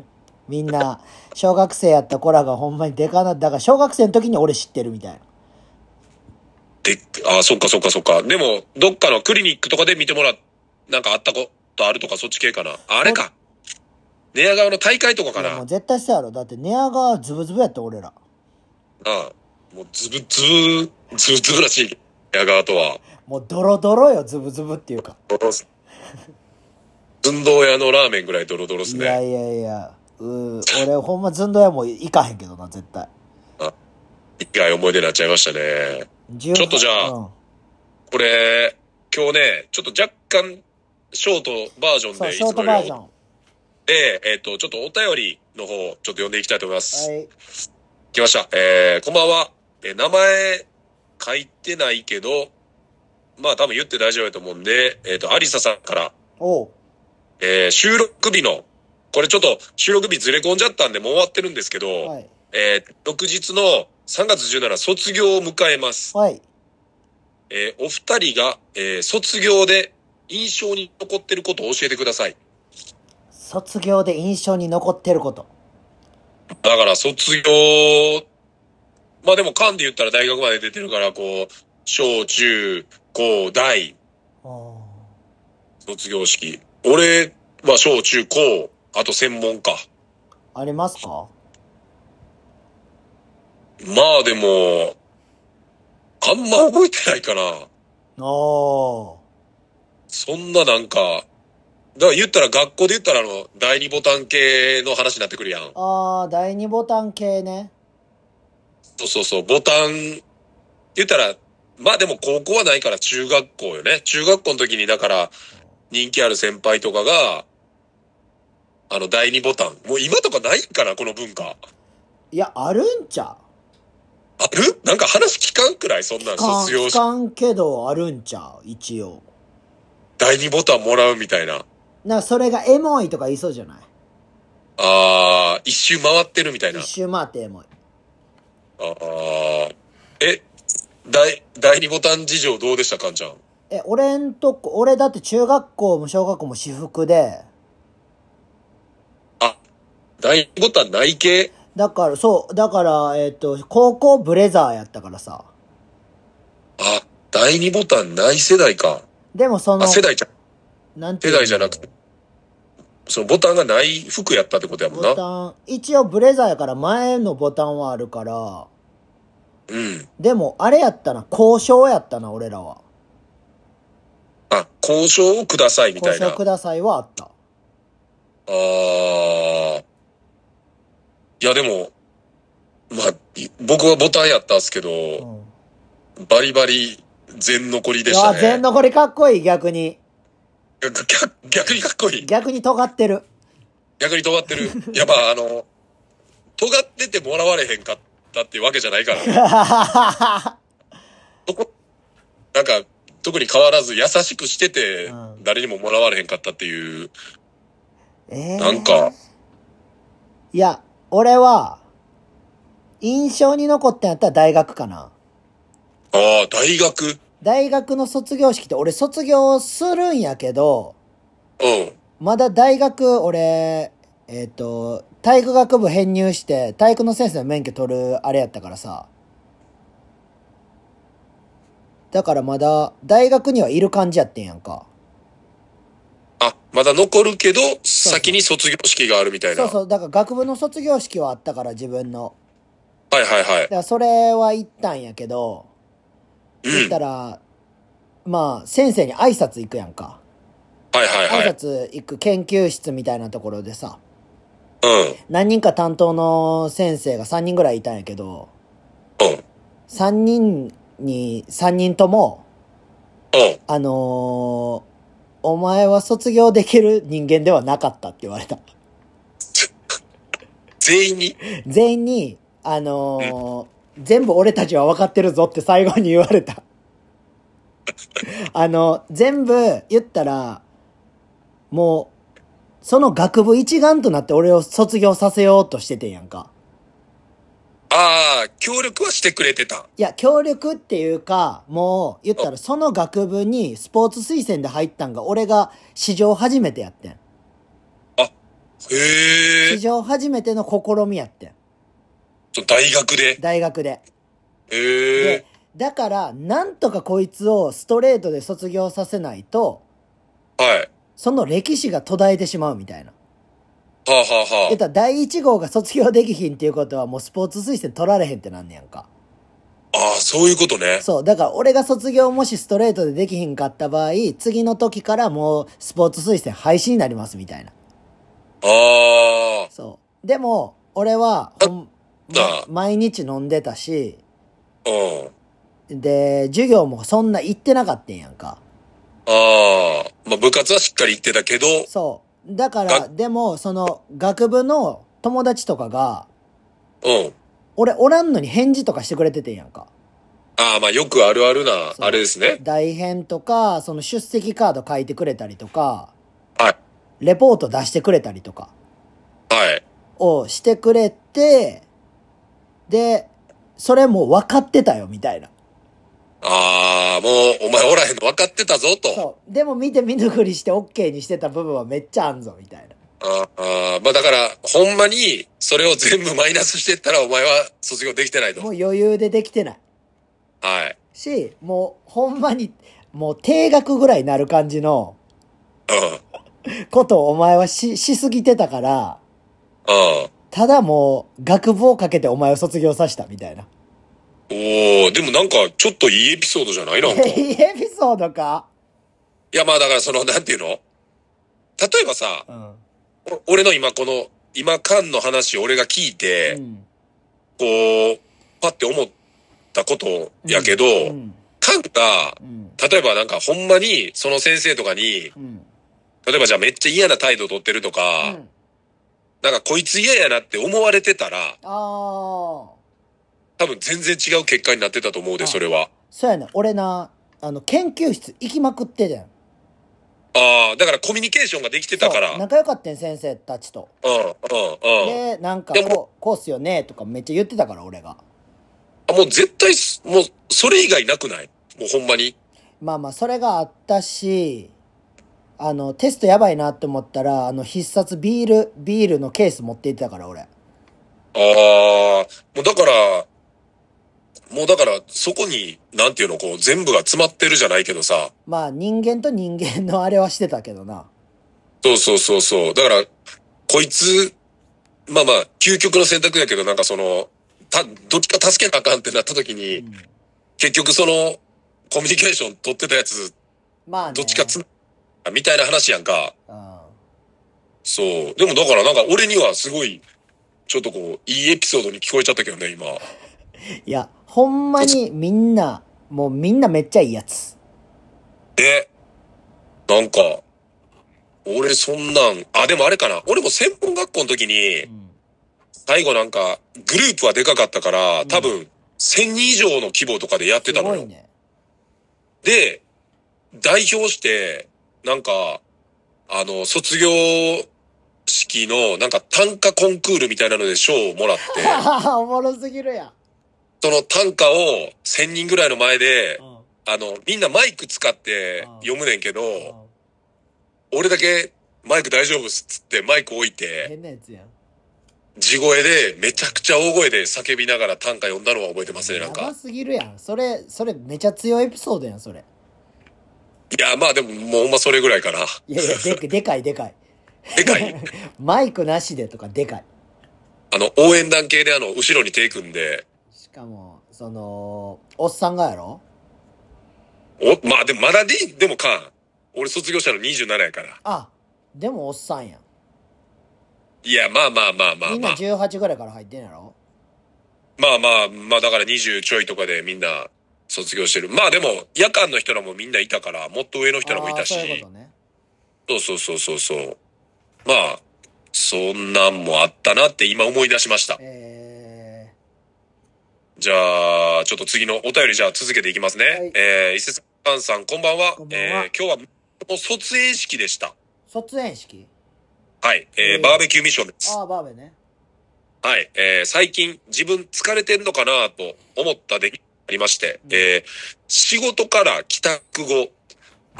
Speaker 1: みんな、小学生やった子らがほんまにでかな、だから小学生の時に俺知ってるみたいな。
Speaker 2: で、ああ、そっかそっかそっか。でも、どっかのクリニックとかで見てもらっなんかあったことあるとかそっち系かな。ああれか。寝屋川の大会とかか
Speaker 1: いや
Speaker 2: な。
Speaker 1: もう
Speaker 2: あ
Speaker 1: 絶対そうやろ。だって寝屋川ズブズブやった俺ら。
Speaker 2: あもうズブズブ、ズブズブらしい。寝屋川とは。
Speaker 1: もうドロドロよ、ズブズブっていうか。
Speaker 2: 運動屋のラーメンぐらいドロドロっす
Speaker 1: いや
Speaker 2: ね。
Speaker 1: いやいや、うー俺ほんま寸胴屋も行かへんけどな、絶対。
Speaker 2: 一回思い出になっちゃいましたね。
Speaker 1: ち
Speaker 2: ちょっとじゃあ
Speaker 1: うん、
Speaker 2: これ、今日ね、ちょっと若干、ショートバージョン
Speaker 1: そう、
Speaker 2: でい
Speaker 1: ショー
Speaker 2: つ
Speaker 1: ト
Speaker 2: も
Speaker 1: バージ
Speaker 2: よ
Speaker 1: ョン。
Speaker 2: りで、えっ、と、ちょっとお便りの方、ちょっと読んでいきたいと思います。
Speaker 1: はい。
Speaker 2: 来ました。えー、こんばんは。えー名前書いてないけど、まあ多分言って大丈夫だと思うんで、えっ、と、アリサさんから、
Speaker 1: おう。
Speaker 2: えー収録日の、これちょっと収録日ずれ込んじゃったんでもう終わってるんですけど、
Speaker 1: はい。
Speaker 2: えー翌日の3月17卒業を迎えます。
Speaker 1: はい。
Speaker 2: えーお二人が、えー卒業で印象に残ってることを教えてください。
Speaker 1: 卒業で印象に残ってること。
Speaker 2: だから卒業、まあでも間で言ったら大学まで出てるから、こう、小中高大、
Speaker 1: おー
Speaker 2: 卒業式。俺は小中高、あと専門か。
Speaker 1: ありますか
Speaker 2: まあでも、あんま覚えてないかな。
Speaker 1: おー。
Speaker 2: そんななんか、だから言ったら学校で言ったらあの、第二ボタン系の話になってくるやん。
Speaker 1: あー、第二ボタン系ね。
Speaker 2: そうそうそう、ボタン、言ったら、まあでも高校はないから中学校よね。中学校の時にだから、人気ある先輩とかが、あの、第二ボタン。もう今とかないんかな、この文化。
Speaker 1: いや、あるんちゃう
Speaker 2: あるなんか話聞かんくらい、そんなん
Speaker 1: か
Speaker 2: 卒業
Speaker 1: ん
Speaker 2: 式
Speaker 1: かんけどあるんちゃう一応
Speaker 2: 第二ボタンもらうみたいな。
Speaker 1: なんかそれがエモいとか言いそうじゃない
Speaker 2: あー、一周回ってるみたいな。
Speaker 1: 一
Speaker 2: あ
Speaker 1: 周回ってエモい
Speaker 2: ー。え、第、第二ボタン事情どうでしたかんちゃん。
Speaker 1: え俺んとこ俺だって中学校も小学校も私服で
Speaker 2: あ、第二ボタンない系
Speaker 1: だからそうだからえっ、と高校ブレザーやったからさ
Speaker 2: あ、第二ボタンない世代か。
Speaker 1: でもその
Speaker 2: あ、、世代じゃ、
Speaker 1: なんてい
Speaker 2: 世
Speaker 1: うの
Speaker 2: 代じゃなくて、そのボタンがない服やったってことやもん
Speaker 1: ボ
Speaker 2: な。
Speaker 1: タン、一応ブレザーやから前のボタンはあるから、
Speaker 2: うん。
Speaker 1: でもあれやったな、交渉やったな、俺らは。
Speaker 2: あ、交渉をくださいみた
Speaker 1: 交
Speaker 2: いな。
Speaker 1: 渉
Speaker 2: あ
Speaker 1: くださいはあった。
Speaker 2: あー。いや、でも、まあ、い僕はボタンやったんすけ
Speaker 1: う
Speaker 2: ど、
Speaker 1: ん。
Speaker 2: バリバリ全残りでし
Speaker 1: あ
Speaker 2: た
Speaker 1: あ、全
Speaker 2: ね。
Speaker 1: 残りかっこいい、逆に。
Speaker 2: 逆逆にかっこいい。
Speaker 1: 逆に尖ってる。 (laughs)
Speaker 2: 逆に尖ってる。いや、まあ、あの、尖っててもらわれへんかったっていうわけじゃないから。どこ、なんか、特に変わらず優しくしてて
Speaker 1: う、ん
Speaker 2: 誰にももらわれへんかったっていう、
Speaker 1: えー
Speaker 2: なんか、
Speaker 1: いや、俺は、印象に残ったんやったら大学かな。
Speaker 2: ああ、大学、うん、
Speaker 1: 大学の卒業式って俺卒業するんやけど、
Speaker 2: うん、
Speaker 1: まだ大学、俺、えっ、と、体育学部編入して、体育の先生の免許取るあれやったからさ。だからまだ、大学にはいる感じやってんやんか。
Speaker 2: あ、まだ残るけど、
Speaker 1: そう
Speaker 2: 先に卒業式があるみたいな。
Speaker 1: そうそう、だから学部の卒業式はあったから自分の。
Speaker 2: はいはいは
Speaker 1: だからそれは行ったんやけど、
Speaker 2: い。
Speaker 1: 行
Speaker 2: う
Speaker 1: っ
Speaker 2: ん。
Speaker 1: たら、まあ、先生に挨拶行くやんか。
Speaker 2: はいはいは
Speaker 1: 挨
Speaker 2: い。
Speaker 1: 拶行く研究室みたいなところでさ、
Speaker 2: うん、
Speaker 1: 何人か担当の先生が3人ぐらいいたんやけど、
Speaker 2: うん、
Speaker 1: 3人に、3人とも、
Speaker 2: うん。
Speaker 1: あのーお前は卒業できる人間ではなかったって言われた。
Speaker 2: 全員に、
Speaker 1: 全員に、あのー全部俺たちは分かってるぞって最後に言われた。あの、全部言ったら、もう、その学部一丸となって俺を卒業させようとしててんやんか。
Speaker 2: ああ、協力はしてくれてた。
Speaker 1: いや、協力っていうか、もう、言ったらその学部にスポーツ推薦で入ったんが俺が史上初めてやってん。
Speaker 2: へ
Speaker 1: 史
Speaker 2: え、
Speaker 1: 上初めての試みやってん。
Speaker 2: そう大学で。
Speaker 1: 大学で。
Speaker 2: へえ
Speaker 1: で、、だから、なんとかこいつをストレートで卒業させないと、
Speaker 2: はい。は
Speaker 1: その歴史が途絶えてしまうみたいな。
Speaker 2: あはあは
Speaker 1: 言ったら第一号が卒業できひんっていうことはもうスポーツ推薦取られへんってなんねやんか。
Speaker 2: あ。ああ、そういうことね。
Speaker 1: そう、だから俺が卒業もしストレートでできひんかった場合、次の時からもうスポーツ推薦廃止になりますみたいな。
Speaker 2: ああ、
Speaker 1: そう。でも、俺はほん、
Speaker 2: あ
Speaker 1: ま毎日飲んでたし、
Speaker 2: うん。
Speaker 1: で、授業もそんな行ってなかったんやんか。
Speaker 2: ああ、まあ部活はしっかり行ってたけど、
Speaker 1: そう。だから、
Speaker 2: が
Speaker 1: でも、その、学部の友達とかが、
Speaker 2: うん。
Speaker 1: 俺おらんのに返事とかしてくれててんやんか。
Speaker 2: ああ、まあよくあるあるな、
Speaker 1: そう
Speaker 2: あれですね。
Speaker 1: 大変とか、その出席カード書いてくれたりとか、
Speaker 2: はい。
Speaker 1: レポート出してくれたりとか
Speaker 2: はい。
Speaker 1: をしてくれて、で、それも分かってたよ、みたいな。
Speaker 2: ああ、もうお前おらへんの分かってたぞと。
Speaker 1: そう。でも見て見ぬふりして OK にしてた部分はめっちゃあんぞ、みたいな。
Speaker 2: ああ、まあだから、ほんまにそれを全部マイナスしてったらお前は卒業できてないと。
Speaker 1: も
Speaker 2: は
Speaker 1: う余裕でできてない。
Speaker 2: い。
Speaker 1: し、もうほんまに、もう定額ぐらいになる感じの
Speaker 2: うん。
Speaker 1: ことをお前はし、しすぎてたから、
Speaker 2: うん。
Speaker 1: ただもう学部をかけてお前を卒業させたみたいな。 (laughs)
Speaker 2: おおでもなんかちょっといいエピソードじゃな
Speaker 1: (laughs)
Speaker 2: いなんか。い
Speaker 1: いいエピソードか
Speaker 2: やまあだからその、なんていうの例えばさ、
Speaker 1: うん。
Speaker 2: お俺の今この、今間の話を俺が聞いて、
Speaker 1: うん
Speaker 2: こう、パって思ったことやけど、
Speaker 1: うん
Speaker 2: カンが、
Speaker 1: うん
Speaker 2: 例えばなんかほんまにその先生とかに、
Speaker 1: うん
Speaker 2: 例えばじゃあめっちゃ嫌な態度取ってると
Speaker 1: う
Speaker 2: か、
Speaker 1: ん
Speaker 2: なんかこいつ嫌やなって思われてたら、
Speaker 1: ああ
Speaker 2: 多分全然違う結果になってたと思うで、
Speaker 1: あ
Speaker 2: それは。
Speaker 1: そうやね俺なあの研究室行きまくってたやん
Speaker 2: ああ、だからコミュニケーションができてたから。
Speaker 1: そ
Speaker 2: う、
Speaker 1: うん
Speaker 2: うん、
Speaker 1: 仲良かったん先生たちと
Speaker 2: うん。
Speaker 1: でなんか
Speaker 2: でも
Speaker 1: こうこうっすよねとかめっちゃ言ってたから俺が
Speaker 2: あもう絶対す、もうそれ以外なくないもうほんまに。
Speaker 1: まあまあそれがあったしあのテストやばいなって思ったらあの必殺ビールビールのケース持って行ってたから俺
Speaker 2: ああ、もうだから、もうだから、そこに、なんていうの、こう、全部が詰まってるじゃないけどさ。
Speaker 1: まあ人間と人間のあれはしてたけどな。
Speaker 2: そうそうそうそう。だから、こいつ、まあまあ、究極の選択やけど、なんかその、た、どっちか助けなあかんってなった時
Speaker 1: う
Speaker 2: に、
Speaker 1: ん
Speaker 2: 結局その、コミュニケーション取ってたやつ、
Speaker 1: まあね。
Speaker 2: どっちかつ、みたいな話やんか。
Speaker 1: うん。
Speaker 2: そう。でもだからなんか俺にはすごい、ちょっとこう、いいエピソードに聞こえちゃったけどね、今。
Speaker 1: いや、ほんまにみんな、もうみんなめっちゃいいやつ。
Speaker 2: で、なんか、俺そんなん、あ、でもあれかな。俺も専門学校の時に
Speaker 1: う、ん。
Speaker 2: 最後なんか、グループはでかかったから、多分、1000人以上の規模とかでやって
Speaker 1: す
Speaker 2: たの
Speaker 1: ご
Speaker 2: よ。
Speaker 1: いね。 (laughs)
Speaker 2: で、代表して、なんか、あの、卒業式の、なんか短歌コンクールみたいなので賞をもらって、
Speaker 1: (laughs) おもろすぎるやん。
Speaker 2: その短歌を1000人ぐらいの前で
Speaker 1: う、ん
Speaker 2: あの、みんなマイク使って読むねんけど、俺だけマイク大丈夫っすっつってマイク置いて、
Speaker 1: 変なやつやん。
Speaker 2: 地声でめちゃくちゃ大声で叫びながら短歌読んだのは覚えてますね、なん
Speaker 1: や
Speaker 2: か
Speaker 1: ば。すぎるやん。それ、それめちゃ強いエピソードやん、それ。
Speaker 2: いや、まあでももうほんまそれぐらいかな。
Speaker 1: いやいや、でかでかいでかい。
Speaker 2: で
Speaker 1: (laughs)
Speaker 2: かい。
Speaker 1: マイクなしでとかでかい。
Speaker 2: あの、応援団系であの、後ろに手組んで、
Speaker 1: しかも、その、おっさんがやろ
Speaker 2: お、まあでもまだで、でもかん。俺卒業したの27やから。
Speaker 1: あ、でもおっさんやん。
Speaker 2: いや、まあまあまあまあ
Speaker 1: みん
Speaker 2: ま
Speaker 1: な
Speaker 2: あ。
Speaker 1: 18ぐらいから入ってんやろ
Speaker 2: まあまあ、まあだから20ちょいとかでみんな卒業してる。まあでも、夜間の人らもみんないたから、もっと上の人らもい
Speaker 1: あー
Speaker 2: たし。
Speaker 1: そういうことね。
Speaker 2: そうそうそうそうそう。まあ、そんなんもあったなって今思い出しました。
Speaker 1: え
Speaker 2: じゃあ、ちょっと次のお便りじゃあ続けていきますね。
Speaker 1: はい
Speaker 2: えー、伊勢さんさん、こんばんは。
Speaker 1: こんばんは
Speaker 2: えー、今日はもう卒園式でした。
Speaker 1: ー、卒園式
Speaker 2: はい。え
Speaker 1: えー
Speaker 2: ー、バーベキューミッションです。
Speaker 1: ああ、バーベね。
Speaker 2: はい。えー、最近自分疲れてんのかなと思った出来がありまして、
Speaker 1: うん
Speaker 2: えー、仕事から帰宅後、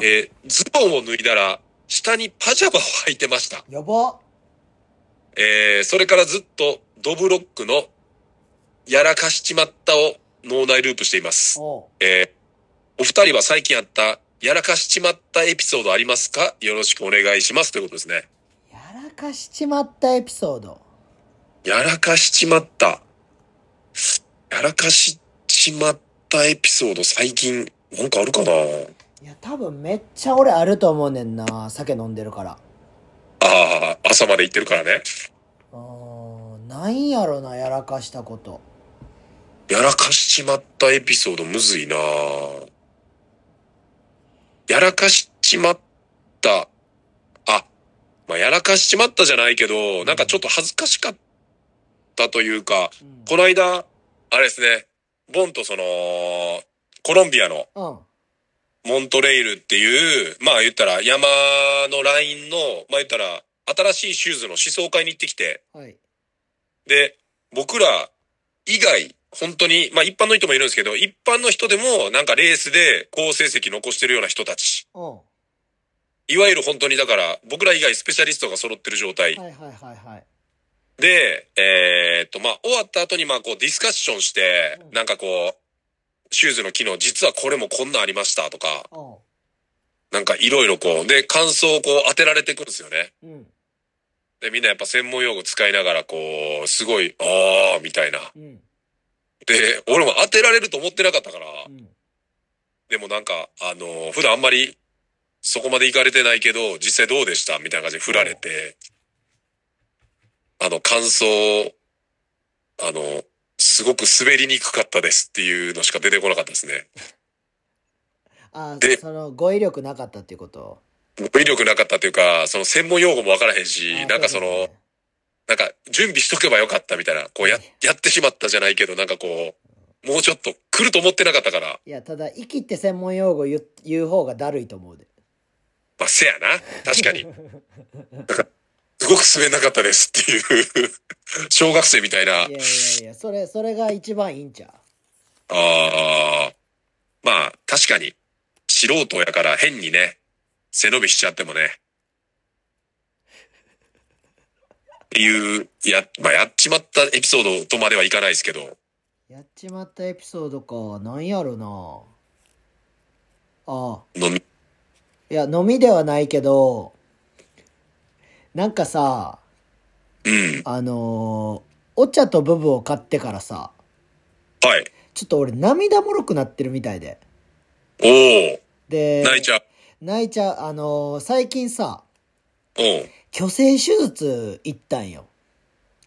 Speaker 2: えー、ズボンを脱いだら、下にパジャマを履いてました。
Speaker 1: やば
Speaker 2: えー、それからずっとドブロックのやらかしちまったを脳内ループしています。
Speaker 1: おう
Speaker 2: えー、お二人は最近あったやらかしちまったエピソードありますかよろしくお願いしますということですね。
Speaker 1: やらかしちまったエピソード。
Speaker 2: やらかしちまった。やらかしちまったエピソード最近なんかあるかない
Speaker 1: や、多分めっちゃ俺あると思うねんな。酒飲んでるから。
Speaker 2: ああ、朝まで行ってるからね。
Speaker 1: うーん、なんやろな、やらかしたこと。
Speaker 2: やらかしちまったエピソードむずいなぁやらかしちまった。あ、まあ、やらかしちまったじゃないけど、なんかちょっと恥ずかしかったというか、
Speaker 1: うん。
Speaker 2: この間、あれですね、ボンとその、コロンビアの
Speaker 1: うん。
Speaker 2: モントレイルっていう、まあ言ったら山のラインの、まあ言ったら新しいシューズの試奏会に行ってきて、
Speaker 1: はい。
Speaker 2: で、僕ら以外、本当に、まあ一般の人もいるんですけど、一般の人でもなんかレースで好成績残してるような人たち。
Speaker 1: うん。はい
Speaker 2: わゆる本当にだから、僕ら以外スペシャリストが揃ってる状態
Speaker 1: い。はいはいはい。
Speaker 2: で、えーっと、まあ終わった後にまあこうディスカッションして
Speaker 1: うん、
Speaker 2: なんかこう、シューズの機能、実はこれもこんなんありましたとか、
Speaker 1: う
Speaker 2: なんかいろいろこう、で、感想をこう当てられてくんですよね。
Speaker 1: ん。うん。
Speaker 2: で、みんなやっぱ専門用語使いながらこう、すごい、あー、みたいな。
Speaker 1: うん。
Speaker 2: で、俺も当てられると思ってなかったから、
Speaker 1: うん。
Speaker 2: でもなんか、あのー普段あんまりそこまで行かれてないけど、実際どうでしたみたいな感じで振られて、あの、感想を、あの、すごく滑りにくかったですっていうのしか出てこなかったですね。
Speaker 1: あ
Speaker 2: で、
Speaker 1: その、語彙力なかったっていうこと。
Speaker 2: 語彙力なかったというか、その専門用語もわからへんし
Speaker 1: あ、
Speaker 2: なんかその、
Speaker 1: ういうこ
Speaker 2: なんか準備しとけばよかったみたいな、こうや
Speaker 1: はい、
Speaker 2: やってしまったじゃないけど、なんかこう、もうちょっと来ると思ってなかったから、
Speaker 1: とねいや、ただ、生きって専門用語言う言う方がだるいと思うで。
Speaker 2: まあ、せやな。確かに。なんかすごく滑んなかったですっていう、小学生みたいない
Speaker 1: やい。やいや、それ、それが一番いいんちゃう
Speaker 2: あーまあ、確かに、素人やから変にね、背伸びしちゃってもね。っていう、や、まあ、やっちまったエピソードとまではいかないですけど、
Speaker 1: やっちまったエピソードか。なんやろな。ああ。
Speaker 2: 飲み、
Speaker 1: いや、飲みではないけど、なんかさ、
Speaker 2: うん。
Speaker 1: あのーお茶とブブを買ってからさ、
Speaker 2: はい。
Speaker 1: ちょっと俺涙もろくなってるみたいで。
Speaker 2: おお、
Speaker 1: で、
Speaker 2: 泣いちゃう。
Speaker 1: 泣いちゃう。あのー最近さ、
Speaker 2: おう
Speaker 1: 虚勢手術行ったんよ。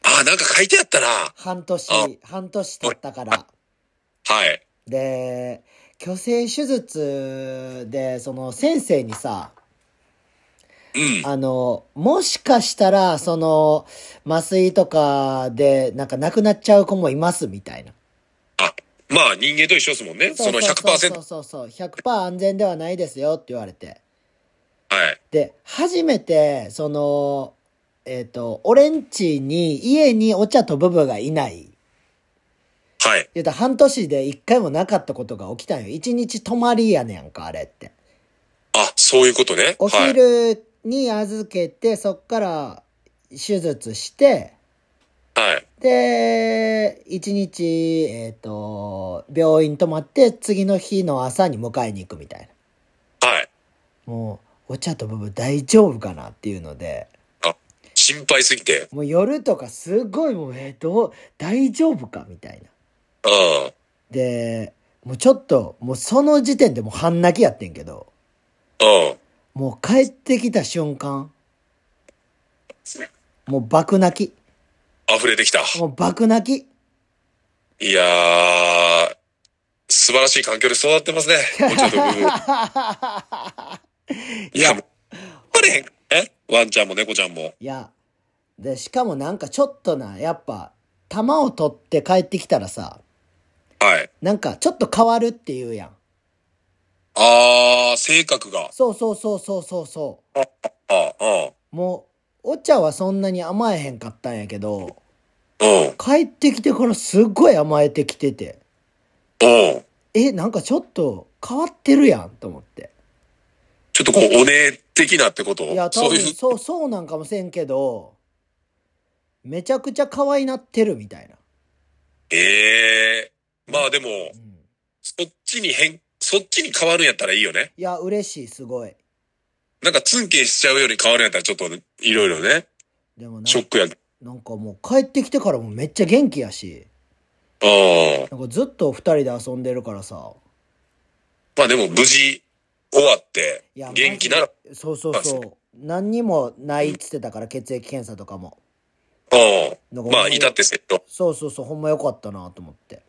Speaker 2: ああ、なんか書いてあったな。
Speaker 1: 半年
Speaker 2: あ、
Speaker 1: 半年経ったから。
Speaker 2: はい。
Speaker 1: で、虚勢手術で、その先生にさ、
Speaker 2: うん。
Speaker 1: あの、もしかしたら、その、麻酔とかで、なんか亡くなっちゃう子もいますみたいな。
Speaker 2: あ、まあ人間と一緒ですもんね。その
Speaker 1: そう
Speaker 2: 100%。
Speaker 1: そうそうそう。100%安全ではないですよって言われて。
Speaker 2: はい。
Speaker 1: で、初めて、その、えっ、と、俺んちに、家にお茶とブブがいない。
Speaker 2: はい。
Speaker 1: 言うたら半年で一回もなかったことが起きたんよ。一日泊まりやねんか、あれって。
Speaker 2: あ、そういうことね。
Speaker 1: お
Speaker 2: はい。
Speaker 1: 昼に預けて、そっから手術して、
Speaker 2: はい。
Speaker 1: で、一日、えっ、と、病院泊まって、次の日の朝に迎えに行くみたい
Speaker 2: はい。
Speaker 1: な。もう、お茶とブブ大丈夫かなっていうので、
Speaker 2: あ、心配すぎて。
Speaker 1: もう夜とかすごいもう、えーどう、大丈夫かみたいな。
Speaker 2: うん。
Speaker 1: で、もうちょっと、もうその時点でもう半泣きやってんけど、
Speaker 2: うん。
Speaker 1: もう帰ってきた瞬間、もう爆泣
Speaker 2: 溢れてきた。
Speaker 1: き。もう爆泣き。
Speaker 2: いやー、素晴らしい環境で育ってますね。もうちょっ
Speaker 1: (laughs)
Speaker 2: と僕いや、もう、頑張れへん。えワンちゃんも猫ちゃんも。
Speaker 1: いや、で、しかもなんかちょっとな、やっぱ、玉を取って帰ってきたらさ、
Speaker 2: はい。
Speaker 1: なんかちょっと変わるっていうやん。
Speaker 2: あー、性格が。
Speaker 1: そうそうそうそうそうそ
Speaker 2: ああ、
Speaker 1: う。もう、お茶はそんなに甘えへんかったんやけど、
Speaker 2: うん。うん。
Speaker 1: 帰ってきてからすっごい甘えてきてて、
Speaker 2: うん。
Speaker 1: え、なんかちょっと変わってるやんと思って。
Speaker 2: ちょっとこう、おね的なってこと
Speaker 1: いや、多
Speaker 2: そう
Speaker 1: 分
Speaker 2: いう、
Speaker 1: そう、そうなんかもせんけど、めちゃくちゃ可愛なってるみたいな。
Speaker 2: ええまあでも、
Speaker 1: うん
Speaker 2: そっちに変、そっちに変わるんやったらいいよね。
Speaker 1: いや、嬉しい、すごい。
Speaker 2: なんかツンケンしちゃうより変わるんやったらちょっといろいろね、
Speaker 1: でもな
Speaker 2: ショックや。う
Speaker 1: なんかもう帰ってきてからもめっちゃ元気やし、
Speaker 2: ん。
Speaker 1: なんかずっと二人で遊んでるからさ。
Speaker 2: まあでも無事終わって、
Speaker 1: いや
Speaker 2: 元気なら、。
Speaker 1: マジでそうそうそう。何にもないっつってたから、血液検査とかも。
Speaker 2: う
Speaker 1: なん
Speaker 2: ん。
Speaker 1: か
Speaker 2: まあ、いたってセット。
Speaker 1: そうそうそう、ほんまよかったなと思って。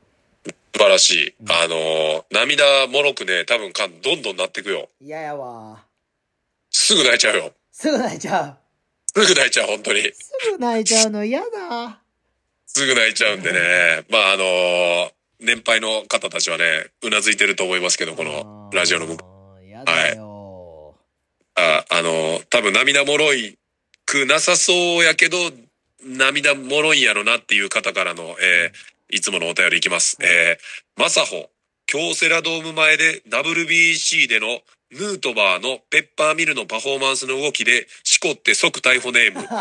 Speaker 2: 素晴らしい。あのー涙もろくね、多分感どんどんなってくよ。
Speaker 1: 嫌ややわ。
Speaker 2: すぐ泣いちゃうよ。
Speaker 1: すぐ泣いちゃう。
Speaker 2: すぐ泣いちゃう、本当に。
Speaker 1: すぐ泣いちゃうの嫌だ。
Speaker 2: すぐ泣いちゃうんでね。まあ、あのー年配の方たちはね、うなずいてると思いますけど、このラジオの向こう
Speaker 1: あー。嫌だよ。
Speaker 2: あ、あの、多分涙もろいくなさそうやけど、涙もろいんやろなっていう方からの、えーいつものお便りいきます。えー、まさほ、京セラドーム前で WBC でのヌートバーのペッパーミルのパフォーマンスの動きで、しこって即逮捕ネーム。 (laughs)
Speaker 1: (laughs)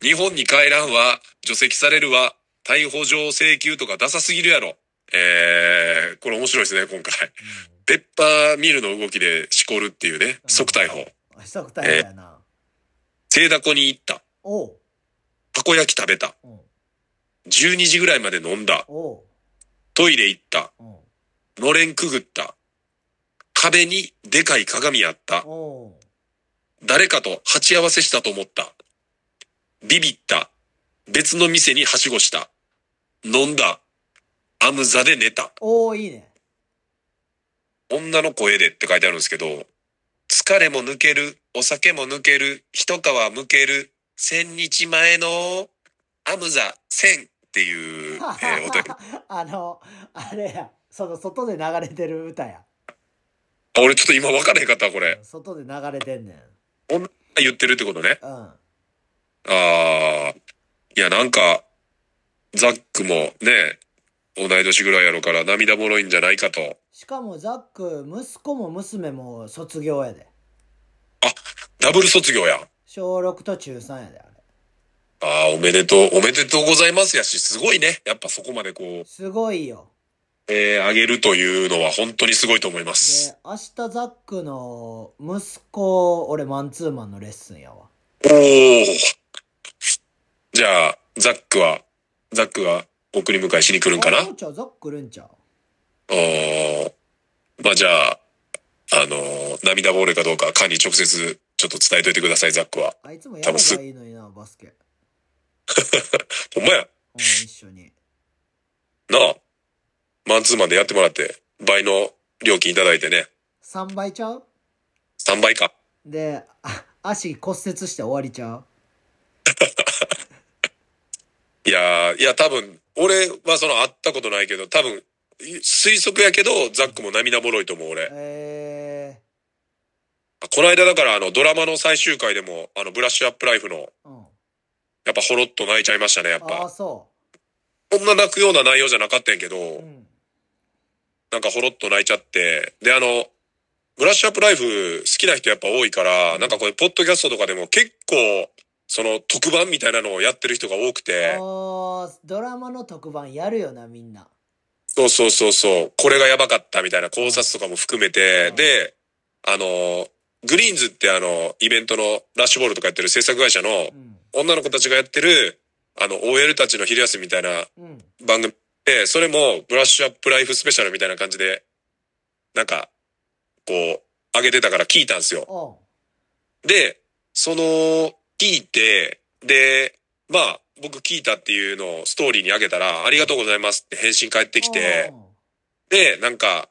Speaker 2: 日本に帰らんわ、除籍されるわ、逮捕状請求とかダサすぎるやろ。えー、これ面白いですね、今回。ペッパーミルの動きでしこるっていうね、即逮捕。
Speaker 1: うん即逮捕やな。
Speaker 2: 聖ダコに行った。
Speaker 1: おう。
Speaker 2: たこ焼き食べた。
Speaker 1: うん
Speaker 2: 12時ぐらいまで飲んだ。
Speaker 1: おう。
Speaker 2: トイレ行った。
Speaker 1: うん
Speaker 2: のれんくぐった。壁にでかい鏡あった。
Speaker 1: おう。
Speaker 2: 誰かと鉢合わせしたと思った。ビビった。別の店にはしごした。飲んだ。アムザで寝た。
Speaker 1: おう、いいね。
Speaker 2: 女の声でって書いてあるんですけど、疲れも抜ける、お酒も抜ける、一皮むける、千日前の、アムザ千っていう、えー、お便り
Speaker 1: (laughs) あの、あれや、その外で流れてる歌や。
Speaker 2: あ俺ちょっと今分からへんかったわこれ。
Speaker 1: 外で流れてんねん。
Speaker 2: 女が言ってるってことね。
Speaker 1: うん。
Speaker 2: ああ。いや、なんか、ザックもね、同い年ぐらいやろから涙もろいんじゃないかと。
Speaker 1: しかもザック、息子も娘も卒業やで。
Speaker 2: ダブル卒業や。
Speaker 1: 小6と中3やで、あれ。
Speaker 2: ああ、おめでとう、おめでとうございますやし、すごいね。やっぱそこまでこう、
Speaker 1: すごいよ。
Speaker 2: えー、上げるというのは本当にすごいと思います。
Speaker 1: で、明日ザックの息子、俺マンツーマンのレッスンやわ。
Speaker 2: おー。じゃあ、ザックは、ザックは送り迎えしに来るんかな
Speaker 1: あちゃうザックるんちゃう
Speaker 2: おー。まあじゃあ、あのー涙ぼれかどうか、カに直接ちょっと伝えといてください、ザックは。
Speaker 1: あいつもやればいいのにな、バスケ。うん、
Speaker 2: ほんまや。
Speaker 1: 一緒に。
Speaker 2: なあ。マンツーマンでやってもらって、倍の料金いただいてね。
Speaker 1: 3倍ちゃう
Speaker 2: 3倍か。
Speaker 1: で、あ足骨折して終わりちゃう
Speaker 2: いやー、いや多分、俺はその会ったことないけど、多分、推測やけど、ザックも涙ぼろいと思う、俺。
Speaker 1: え
Speaker 2: この間だからあのドラマの最終回でもあのブラッシュアップライフの
Speaker 1: ー、うん。
Speaker 2: やっぱほろっと泣いちゃいましたねやっ
Speaker 1: ああ、
Speaker 2: ぱ
Speaker 1: そ
Speaker 2: こんな泣くような内容じゃなかったんやけど、
Speaker 1: う。うん。
Speaker 2: なんかほろっと泣いちゃってであのブラッシュアップライフ好きな人やっぱ多いからなんかこれポッドキャストとかでも結構その特番みたいなのをやってる人が多くて
Speaker 1: おードラマの特番やるよな、みんな。
Speaker 2: そうそうそうそうこれがやばかったみたいな考察とかも含めて
Speaker 1: うん
Speaker 2: であのグリーンズってあのイベントのラッシュボールとかやってる制作会社の、
Speaker 1: うん。
Speaker 2: 女の子たちがやってる、あの、OL たちの昼休みみたいな
Speaker 1: うん。
Speaker 2: 番組で、それもブラッシュアップライフスペシャルみたいな感じで、なんか、こう、上げてたから聞いたんですよ。
Speaker 1: おう。
Speaker 2: で、その、聞いて、で、まあ、僕聞いたっていうのをストーリーに上げたら、ありがとうございますって返信返ってきて、で、なんか、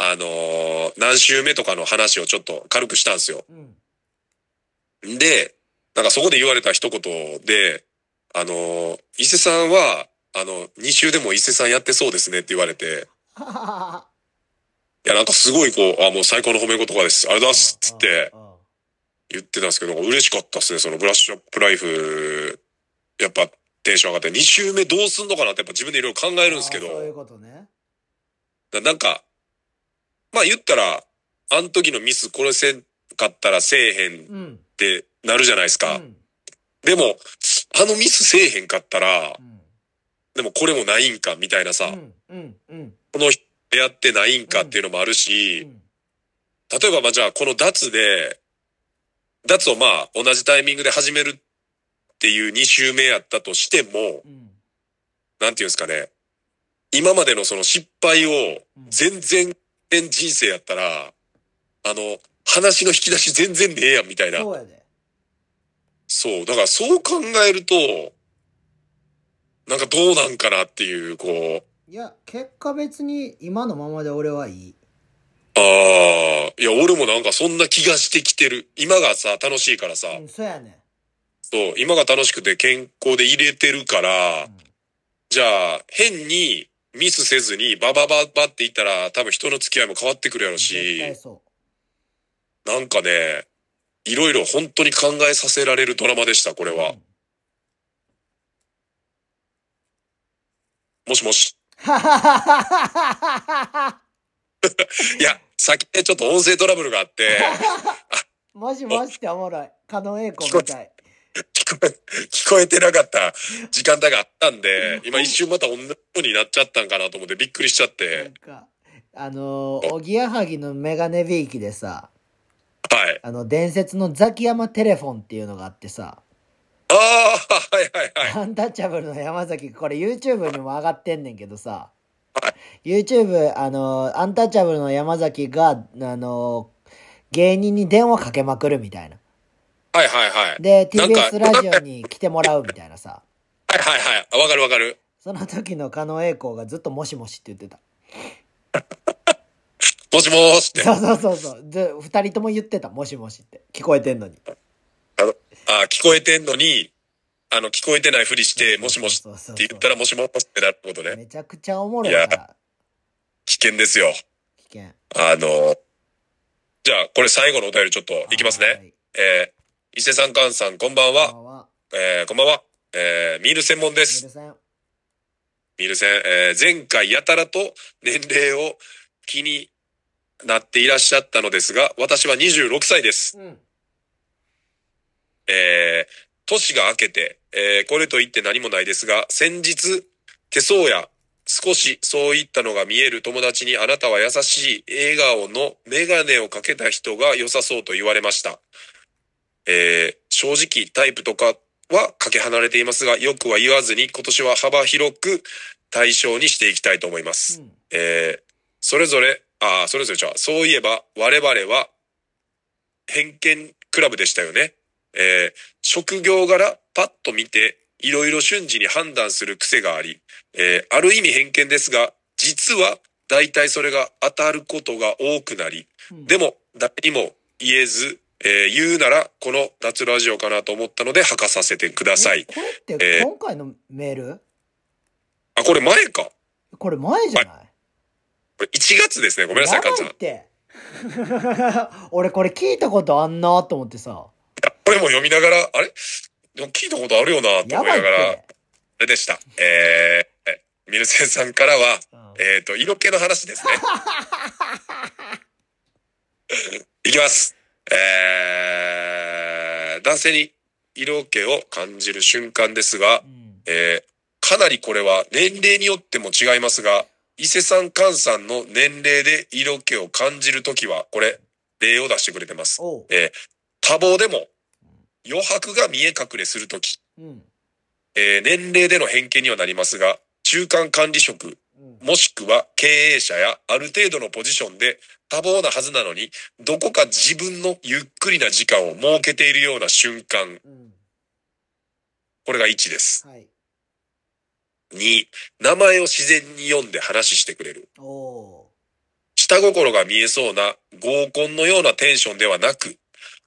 Speaker 2: あのー何週目とかの話をちょっと軽くしたんですよ。
Speaker 1: おう。うん。
Speaker 2: で、なんかそこで言われた一言で、あの、伊勢さんは、あの、2週でも伊勢さんやってそうですねって言われて、
Speaker 1: はははは。
Speaker 2: いや、なんかすごいこう、あ、もう最高の褒め言葉です。ありがとうございます。つって
Speaker 1: うん。うん
Speaker 2: 言ってたんですけど、嬉しかったですね。そのブラッシュアップライフ、やっぱテンション上がって、2週目どうすんのかなってやっぱ自分でいろいろ考えるんですけど
Speaker 1: あー、そういうことね。
Speaker 2: ななんか、まあ言ったら、あの時のミスこれせんかったらせえへんっ
Speaker 1: うん。
Speaker 2: てなるじゃないです
Speaker 1: う
Speaker 2: か。
Speaker 1: ん。
Speaker 2: でも、あのミスせえへんかったら、
Speaker 1: うん。
Speaker 2: でもこれもないんかみたいなさ、
Speaker 1: うん。うん。うん。
Speaker 2: この人出会ってないんかっていうのもあるし、
Speaker 1: うん
Speaker 2: 例えばまあじゃあこの脱で、脱をまあ同じタイミングで始めるっていう2週目やったとしても、
Speaker 1: うん。
Speaker 2: なんていうんですかね、今までのその失敗を
Speaker 1: うん
Speaker 2: 全然人生やったら、あの、話の引き出し全然ねえやんみたいな。
Speaker 1: そうやで。
Speaker 2: そう。だからそう考えると、なんかどうなんかなっていう、こう、
Speaker 1: いや、結果別に今のままで俺はいい。
Speaker 2: ああ、いや、俺もなんかそんな気がしてきてる。今がさ、楽しいからさ、
Speaker 1: うん、そうやね。
Speaker 2: そう、今が楽しくて健康で入れてるから、
Speaker 1: うん
Speaker 2: じゃあ、変にミスせずにババババっていったら、多分人の付き合いも変わってくるやろ
Speaker 1: 絶
Speaker 2: し、
Speaker 1: 対そ
Speaker 2: なんかね、いろいろ本当に考えさせられるドラマでした、これ
Speaker 1: う。
Speaker 2: は。
Speaker 1: うん (laughs)
Speaker 2: もしもし。
Speaker 1: はははははい
Speaker 2: や、先ね、ちょっと音声トラブルが
Speaker 1: (laughs)
Speaker 2: あって、
Speaker 1: もしもしっておもろい。カノエイコみたい。
Speaker 2: 聞こえ、聞こえてなかった時間帯があったんで、今一瞬また同じようになっちゃったんかなと思ってびっくりしちゃっ
Speaker 1: なん
Speaker 2: て、
Speaker 1: か、あのー、おぎやはぎのメガネビーキでさ、
Speaker 2: はい。
Speaker 1: あの、伝説のザキヤマテレフォンっていうのがあってさ、
Speaker 2: ああ、はいはいはい。
Speaker 1: アンタッチャブルの山崎、これ YouTube にも上がってんねんけどさ、
Speaker 2: は
Speaker 1: YouTube、あのー、アンタッチャブルの山崎が、あのー、芸人に電話かけまくるみたいな。
Speaker 2: はいはいはい。
Speaker 1: で、
Speaker 2: なんか
Speaker 1: TBS ラジオに来てもらうみたいなさ、
Speaker 2: はいはいはいあ。わかるわかる。
Speaker 1: その時の狩野英孝がずっともしもしって言ってた。
Speaker 2: もしもーしって。
Speaker 1: そうそうそうそう。で、二人とも言ってた、もしもしって。聞こえてんのに。
Speaker 2: あー聞こえてんのに、あの、聞こえてないふりして、もしもし
Speaker 1: そうそうそう
Speaker 2: って言ったら、もしもしってなることね。
Speaker 1: めちゃくちゃおもろいから、
Speaker 2: 危険ですよ。
Speaker 1: 危険。
Speaker 2: あのーじゃあ、これ最後のお便りちょっといきます
Speaker 1: は
Speaker 2: ね。
Speaker 1: い。
Speaker 2: えー、伊勢さん、菅さん、こんば
Speaker 1: こ
Speaker 2: ん
Speaker 1: んば
Speaker 2: は。
Speaker 1: んは。
Speaker 2: えー、こんばんは。えー、ミール専門で
Speaker 1: み
Speaker 2: す
Speaker 1: る。さん。
Speaker 2: ミール専、えー、前回やたらと年齢を気になっていらっしゃったのですが、私は26歳です。
Speaker 1: うん。
Speaker 2: え年が明けて、えーこれと言って何もないですが、先日、手相や少しそういったのが見える友達にあなたは優しい笑顔のメガネをかけた人が良さそうと言われました。えー正直タイプとかはかけ離れていますが、よくは言わずに今年は幅広く対象にしていきたいと思います。
Speaker 1: うん
Speaker 2: えーそれぞれ、ああ、それぞれじゃあ、そういえば、我々は、偏見クラブでしたよね。えー職業柄、パッと見て、いろいろ瞬時に判断する癖があり、えーある意味偏見ですが、実は、大体それが当たることが多くなり、
Speaker 1: うん
Speaker 2: でも、誰にも言えず、えー言うなら、この脱ラジオかなと思ったので、吐かさせてくださ
Speaker 1: え
Speaker 2: い。
Speaker 1: これって
Speaker 2: えー
Speaker 1: 今回のメール
Speaker 2: あ、これ前か。
Speaker 1: これ前じゃない
Speaker 2: これ1月ですね。ごめんなさい、
Speaker 1: や
Speaker 2: か
Speaker 1: ば
Speaker 2: んちゃん。
Speaker 1: い
Speaker 2: い
Speaker 1: って。 (laughs) 俺これ聞いたことあんなと思ってさ。
Speaker 2: やこれも読みながら、あれでも聞いたことあるよな、と
Speaker 1: や
Speaker 2: 思い
Speaker 1: ばい
Speaker 2: な
Speaker 1: っ
Speaker 2: がら
Speaker 1: て。。
Speaker 2: あれでした。えー、えミルセンさんからは、
Speaker 1: うん
Speaker 2: えっ、と、色気の
Speaker 1: (laughs)
Speaker 2: 話ですね。いきます。えー、男性に色気を感じる瞬間ですが、
Speaker 1: うん
Speaker 2: えーかなりこれは年齢によっても違いますが、伊勢さん、菅さんの年齢で色気を感じるときは、これ、例を出してくれてます。
Speaker 1: おう。
Speaker 2: えー多忙でも余白が見え隠れするとき、
Speaker 1: うん。
Speaker 2: えー年齢での偏見にはなりますが、中間管理職、
Speaker 1: うん
Speaker 2: もしくは経営者やある程度のポジションで多忙なはずなのに、どこか自分のゆっくりな時間を設けているような瞬間、
Speaker 1: うん。
Speaker 2: これが1です。
Speaker 1: はい。
Speaker 2: 2、名前を自然に読んで話してくれる。
Speaker 1: おお
Speaker 2: 下心が見えそうな合コンのようなテンションではなく、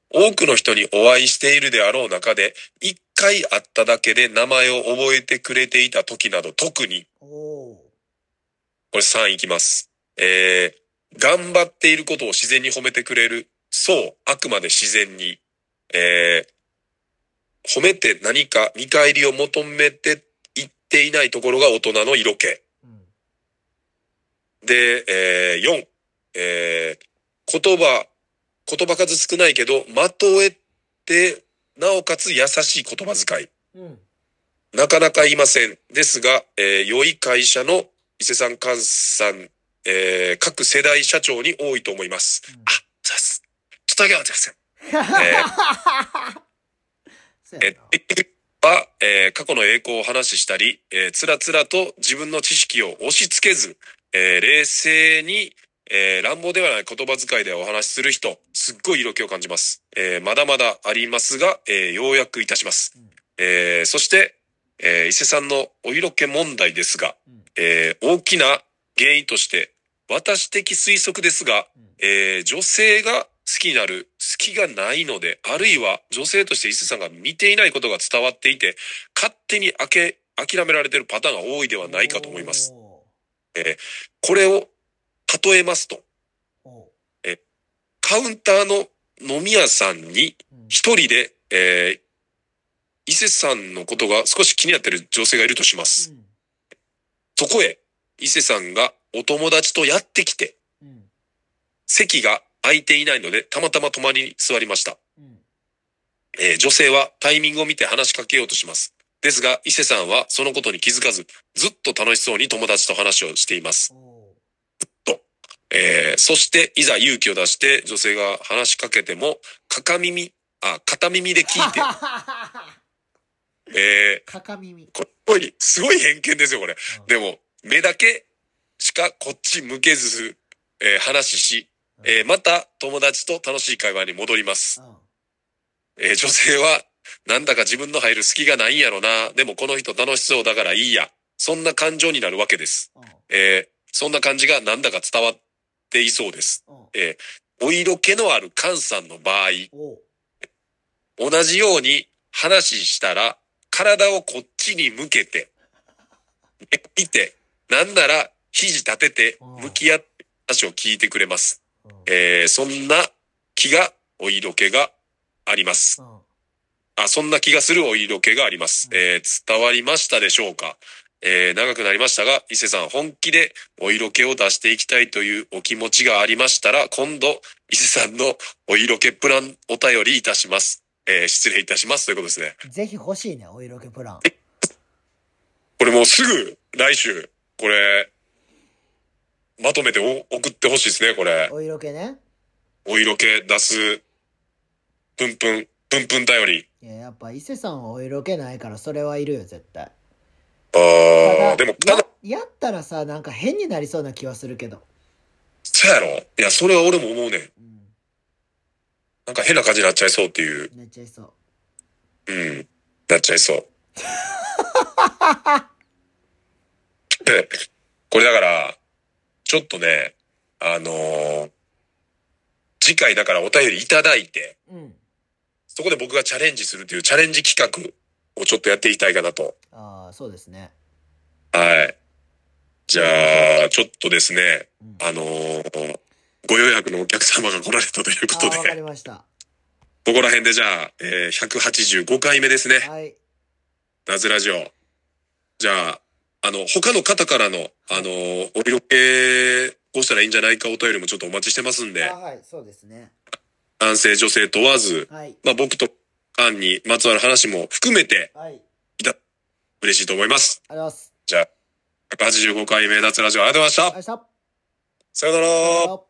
Speaker 2: 多くの人にお会いしているであろう中で、一回会っただけで名前を覚えてくれていた時など特に、
Speaker 1: う。おう。
Speaker 2: これ3いきます。えー、頑張っていることを自然に褒めてくれる。そう、あくまで自然に。えー、褒めて何か見返りを求めていっていないところが大人の色気。
Speaker 1: うん。
Speaker 2: で、えー、4、えー、言葉、言葉数少ないけど、まとえて、なおかつ優しい言葉遣い。
Speaker 1: うん。
Speaker 2: なかなか言いません。ですが、えー良い会社の伊勢さん、菅さん、えー各世代社長に多いと思います。
Speaker 1: うん
Speaker 2: あ、そうです。ちょっとだけ待ってください。
Speaker 1: そう
Speaker 2: え
Speaker 1: や
Speaker 2: ー、っては、えー過去の栄光を話したり、えーつらつらと自分の知識を押し付けず、えー冷静に、えー乱暴ではない言葉遣いでお話しする人、すっごい色気を感じます。えーまだまだありますが、えーようやくいたします。
Speaker 1: うん
Speaker 2: えーそして、えー伊勢さんのお色気問題ですが、
Speaker 1: うん
Speaker 2: えー大きな原因として、私的推測ですが、
Speaker 1: うん
Speaker 2: えー女性が好きになる、好きがないので、あるいは女性として伊勢さんが見ていないことが伝わっていて、勝手に開け、諦められているパターンが多いではないかと思います。。
Speaker 1: お
Speaker 2: これを例えますと、
Speaker 1: うおう。
Speaker 2: カウンターの飲み屋さんに
Speaker 1: うん
Speaker 2: 一人で、えー伊勢さんのことが少し気になっている女性がいるとします。
Speaker 1: うん
Speaker 2: そこへ、伊勢さんがお友達とやってきて、
Speaker 1: うん
Speaker 2: 席が空いていないので、たまたま泊まりに座りました。
Speaker 1: うん
Speaker 2: えー女性はタイミングを見て話しかけようとします。ですが、伊勢さんはそのことに気づかず、ずっと楽しそうに友達と話をしています。
Speaker 1: おう
Speaker 2: えーそして、いざ勇気を出して女性が話しかけても、片耳、あ、片耳で聞い
Speaker 1: (laughs)
Speaker 2: て、え
Speaker 1: かか耳
Speaker 2: ー、。これ、すごい、すごい偏見ですよ、これ。
Speaker 1: うん
Speaker 2: でも、目だけしかこっち向けず、えー話し、えーまた友達と楽しい会話に戻ります。
Speaker 1: うん
Speaker 2: えー女性は、なんだか自分の入る隙がないんやろな。でもこの人楽しそうだからいいや。そんな感情になるわけです。
Speaker 1: う
Speaker 2: えーそんな感じがなんだか伝わっていそうです。
Speaker 1: んうん
Speaker 2: お色気のある菅さんの場合、
Speaker 1: おう
Speaker 2: 同じように話したら、体をこっちに向けて、え見て、なんなら肘立てて、向き合って話を聞いてくれます。
Speaker 1: うん
Speaker 2: えーそんな気が、お色気があります。
Speaker 1: うん
Speaker 2: あ、そんな気がするお色気があります。
Speaker 1: うん
Speaker 2: えー伝わりましたでしょうかえー長くなりましたが、伊勢さん本気でお色気を出していきたいというお気持ちがありましたら、今度、伊勢さんのお色気プランお便りいたします。えー失礼いたしますということですね。
Speaker 1: ぜひ欲しいね、お色気プラン。
Speaker 2: これもうすぐ、来週、これ、まとめてお送ってほしいですね、これ。
Speaker 1: お色気ね。
Speaker 2: お色気出す、ぷんぷん、ぷんぷん頼り。
Speaker 1: いや、やっぱ伊勢さんはお色気ないから、それはいるよ、絶対。
Speaker 2: ああ、でも、
Speaker 1: や
Speaker 2: ただ、
Speaker 1: やったらさ、なんか変になりそうな気はするけど。
Speaker 2: そうやろいや、それは俺も思うねん。
Speaker 1: うん。
Speaker 2: なんか変な感じになっちゃいそうっていう。
Speaker 1: なっちゃいそう。
Speaker 2: うん。なっちゃいそう。これだから、ちょっとね、あのー次回だからお便りいただいて、
Speaker 1: うん。
Speaker 2: そこで僕がチャレンジするというチャレンジ企画をちょっとやっていきたいかなと。
Speaker 1: ああ、そうですね。
Speaker 2: はい。じゃあ、ちょっとですね、
Speaker 1: うん、
Speaker 2: あのーご予約のお客様が来られたということ
Speaker 1: あ
Speaker 2: で
Speaker 1: ーわ、かりました。
Speaker 2: ここら辺でじゃあ、えー185回目ですね。
Speaker 1: はい。
Speaker 2: ナズラジオ。じゃあ、あの、他の方からの、あの、お色気、こうしたらいいんじゃないかお便りもちょっとお待ちしてますん
Speaker 1: あ
Speaker 2: で
Speaker 1: ー、はい、そうですね。
Speaker 2: 男性、女性問わず、
Speaker 1: はい。
Speaker 2: まあ僕とアンにまつわる話も含めて
Speaker 1: はい。ありがとう
Speaker 2: 嬉しいと思います。
Speaker 1: ございます。
Speaker 2: じゃあ、185回目、ナズラジオありがとうございま
Speaker 1: あ
Speaker 2: した。
Speaker 1: りがとう
Speaker 2: さよな
Speaker 1: ございま
Speaker 2: ら
Speaker 1: し。た。